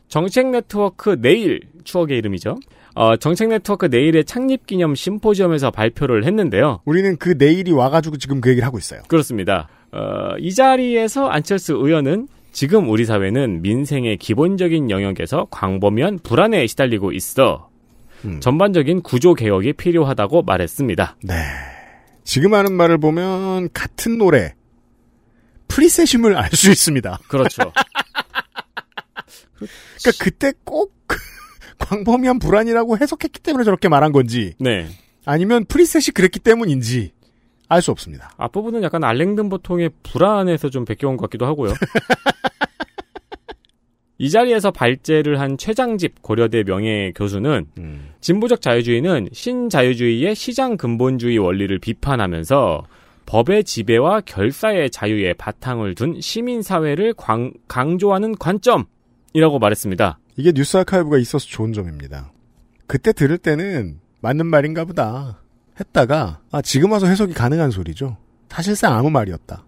[SPEAKER 3] 정책 네트워크 내일, 추억의 이름이죠. 어, 정책 네트워크 내일의 창립 기념 심포지엄에서 발표를 했는데요.
[SPEAKER 2] 우리는 그 내일이 와가지고 지금 그 얘기를 하고 있어요.
[SPEAKER 3] 그렇습니다. 어, 이 자리에서 안철수 의원은 지금 우리 사회는 민생의 기본적인 영역에서 광범위한 불안에 시달리고 있어. 음. 전반적인 구조 개혁이 필요하다고 말했습니다.
[SPEAKER 2] 지금 하는 말을 보면 같은 노래 프리셋임을 알 수 있습니다.
[SPEAKER 3] 그렇죠.
[SPEAKER 2] 그러니까 그때 꼭 광범위한 불안이라고 해석했기 때문에 저렇게 말한 건지
[SPEAKER 3] 네.
[SPEAKER 2] 아니면 프리셋이 그랬기 때문인지 알 수 없습니다.
[SPEAKER 3] 앞부분은 약간 알랭든 보통의 불안에서 좀 베껴온 것 같기도 하고요. 이 자리에서 발제를 한 최장집 고려대 명예 교수는
[SPEAKER 2] 음.
[SPEAKER 3] 진보적 자유주의는 신자유주의의 시장 근본주의 원리를 비판하면서 법의 지배와 결사의 자유에 바탕을 둔 시민사회를 광- 강조하는 관점이라고 말했습니다.
[SPEAKER 2] 이게 뉴스 아카이브가 있어서 좋은 점입니다. 그때 들을 때는 맞는 말인가 보다 했다가 아 지금 와서 해석이 가능한 소리죠. 사실상 아무 말이었다.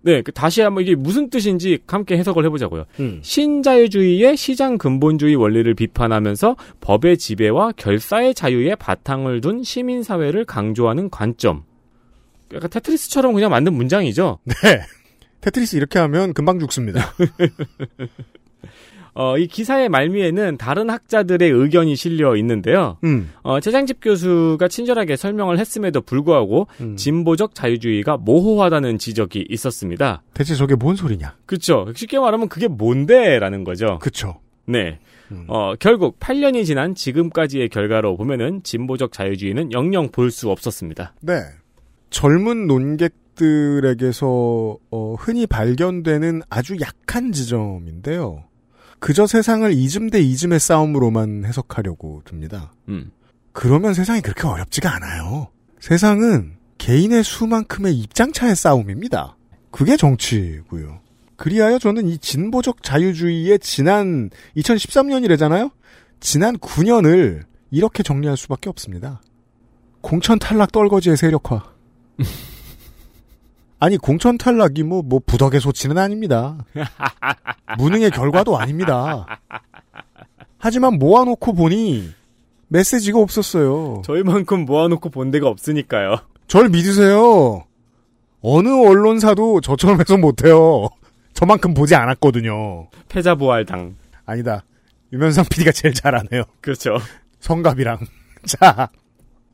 [SPEAKER 3] 네, 그 다시 한번 이게 무슨 뜻인지 함께 해석을 해보자고요.
[SPEAKER 2] 음.
[SPEAKER 3] 신자유주의의 시장 근본주의 원리를 비판하면서 법의 지배와 결사의 자유에 바탕을 둔 시민사회를 강조하는 관점. 약간 테트리스처럼 그냥 만든 문장이죠.
[SPEAKER 2] 네. 테트리스 이렇게 하면 금방 죽습니다.
[SPEAKER 3] 어, 이 기사의 말미에는 다른 학자들의 의견이 실려 있는데요.
[SPEAKER 2] 음.
[SPEAKER 3] 어, 최장집 교수가 친절하게 설명을 했음에도 불구하고
[SPEAKER 2] 음.
[SPEAKER 3] 진보적 자유주의가 모호하다는 지적이 있었습니다.
[SPEAKER 2] 대체 저게 뭔 소리냐?
[SPEAKER 3] 그쵸. 쉽게 말하면 그게 뭔데라는 거죠.
[SPEAKER 2] 그쵸.
[SPEAKER 3] 네. 어, 결국 8년이 지난 지금까지의 결과로 보면은 진보적 자유주의는 영영 볼 수 없었습니다.
[SPEAKER 2] 네. 젊은 논객들에게서 어, 흔히 발견되는 아주 약한 지점인데요. 그저 세상을 이즘 대 이즘의 싸움으로만 해석하려고 듭니다.
[SPEAKER 3] 음.
[SPEAKER 2] 그러면 세상이 그렇게 어렵지가 않아요. 세상은 개인의 수만큼의 입장차의 싸움입니다. 그게 정치고요. 그리하여 저는 이 진보적 자유주의의 지난 2013년이래잖아요. 지난 9년을 이렇게 정리할 수밖에 없습니다. 공천 탈락 떨거지의 세력화. 아니 공천 탈락이 뭐 뭐 부덕의 소치는 아닙니다. 무능의 결과도 아닙니다. 하지만 모아놓고 보니 메시지가 없었어요.
[SPEAKER 3] 저희만큼 모아놓고 본 데가 없으니까요.
[SPEAKER 2] 절 믿으세요. 어느 언론사도 저처럼 해서 못해요. 저만큼 보지 않았거든요.
[SPEAKER 3] 패자부활당.
[SPEAKER 2] 아니다. 유면상 PD가 제일 잘하네요.
[SPEAKER 3] 그렇죠.
[SPEAKER 2] 성갑이랑. 자,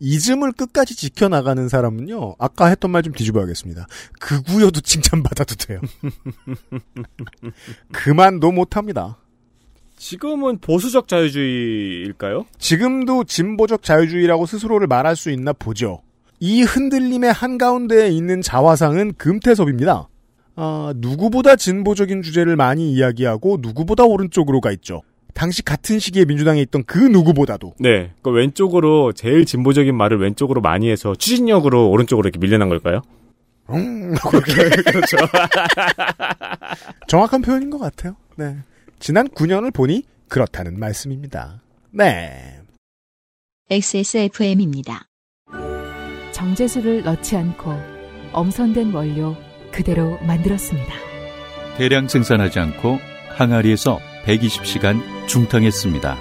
[SPEAKER 2] 이즘을 끝까지 지켜나가는 사람은요. 아까 했던 말 좀 뒤집어야겠습니다. 그구여도 칭찬받아도 돼요. 그만도 못합니다.
[SPEAKER 3] 지금은 보수적 자유주의일까요?
[SPEAKER 2] 지금도 진보적 자유주의라고 스스로를 말할 수 있나 보죠. 이 흔들림의 한가운데에 있는 자화상은 금태섭입니다. 아, 누구보다 진보적인 주제를 많이 이야기하고 누구보다 오른쪽으로 가 있죠. 당시 같은 시기에 민주당에 있던 그 누구보다도.
[SPEAKER 3] 네. 그 왼쪽으로 제일 진보적인 말을 왼쪽으로 많이 해서 추진력으로 오른쪽으로 이렇게 밀려난 걸까요?
[SPEAKER 2] 음, 그렇죠. 정확한 표현인 것 같아요. 네. 지난 9년을 보니 그렇다는 말씀입니다. 네.
[SPEAKER 1] XSFM입니다.
[SPEAKER 11] 정제수를 넣지 않고 엄선된 원료 그대로 만들었습니다.
[SPEAKER 10] 대량 생산하지 않고 항아리에서 120시간 중탕했습니다.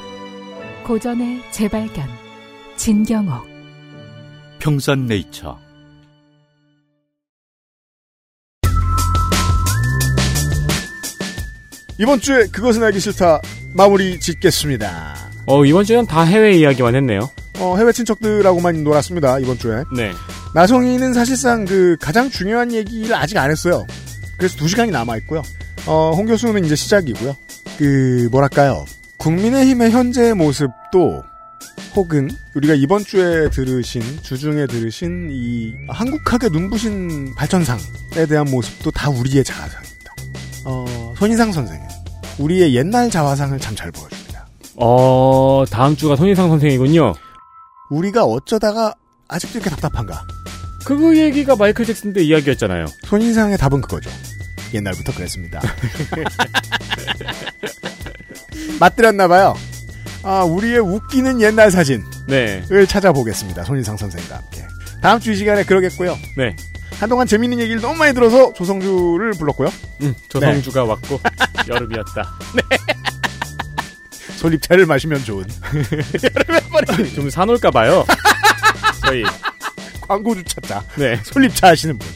[SPEAKER 11] 고전의 재발견 진경옥
[SPEAKER 10] 평산네이처
[SPEAKER 2] 이번 주에 그것은 알기 싫다 마무리 짓겠습니다.
[SPEAKER 3] 어, 이번 주는 다 해외 이야기만 했네요.
[SPEAKER 2] 어, 해외 친척들하고만 놀았습니다, 이번 주에.
[SPEAKER 3] 네.
[SPEAKER 2] 나성이는 사실상 그 가장 중요한 얘기를 아직 안 했어요. 그래서 두 시간이 남아있고요. 어, 홍 교수는 이제 시작이고요. 그, 뭐랄까요. 국민의힘의 현재의 모습도 혹은 우리가 이번 주에 들으신, 주중에 들으신 이 한국학의 눈부신 발전상에 대한 모습도 다 우리의 자화상입니다. 어, 손희상 선생은 우리의 옛날 자화상을 참 잘 보여줍니다.
[SPEAKER 3] 어, 다음 주가 손희상 선생이군요.
[SPEAKER 2] 우리가 어쩌다가 아직도 이렇게 답답한가?
[SPEAKER 3] 그거 얘기가 마이클 잭슨 때 이야기였잖아요.
[SPEAKER 2] 손인상의 답은 그거죠. 옛날부터 그랬습니다. 맞들었나봐요. 아, 우리의 웃기는 옛날 사진을
[SPEAKER 3] 네.
[SPEAKER 2] 찾아보겠습니다. 손인상 선생과 함께. 다음 주 이 시간에 그러겠고요.
[SPEAKER 3] 네.
[SPEAKER 2] 한동안 재밌는 얘기를 너무 많이 들어서 조성주를 불렀고요.
[SPEAKER 3] 음, 조성주가 왔고 여름이었다.
[SPEAKER 2] 솔잎차를 마시면 좋은.
[SPEAKER 3] 좀 사놓을까 봐요. 저희
[SPEAKER 2] 광고주 찾자.
[SPEAKER 3] 네.
[SPEAKER 2] 솔잎차 하시는 분.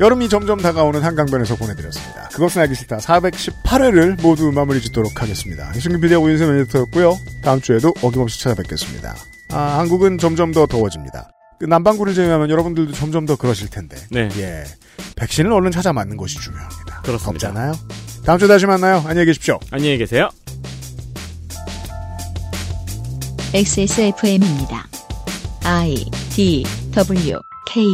[SPEAKER 2] 여름이 점점 다가오는 한강변에서 보내드렸습니다. 그것은 알기 싫다 418회를 모두 마무리 짓도록 하겠습니다. 이승균 PD와 우윤세 매니터였고요. 다음 주에도 어김없이 찾아뵙겠습니다. 아, 한국은 점점 더 더워집니다. 그 난방구를 제외하면 여러분들도 점점 더 그러실 텐데.
[SPEAKER 3] 네.
[SPEAKER 2] 예. 백신을 얼른 찾아 맞는 것이 중요합니다.
[SPEAKER 3] 그렇습니다.
[SPEAKER 2] 덥잖아요. 다음 주에 다시 만나요. 안녕히 계십시오.
[SPEAKER 3] 안녕히 계세요.
[SPEAKER 1] XSFM입니다. I D W K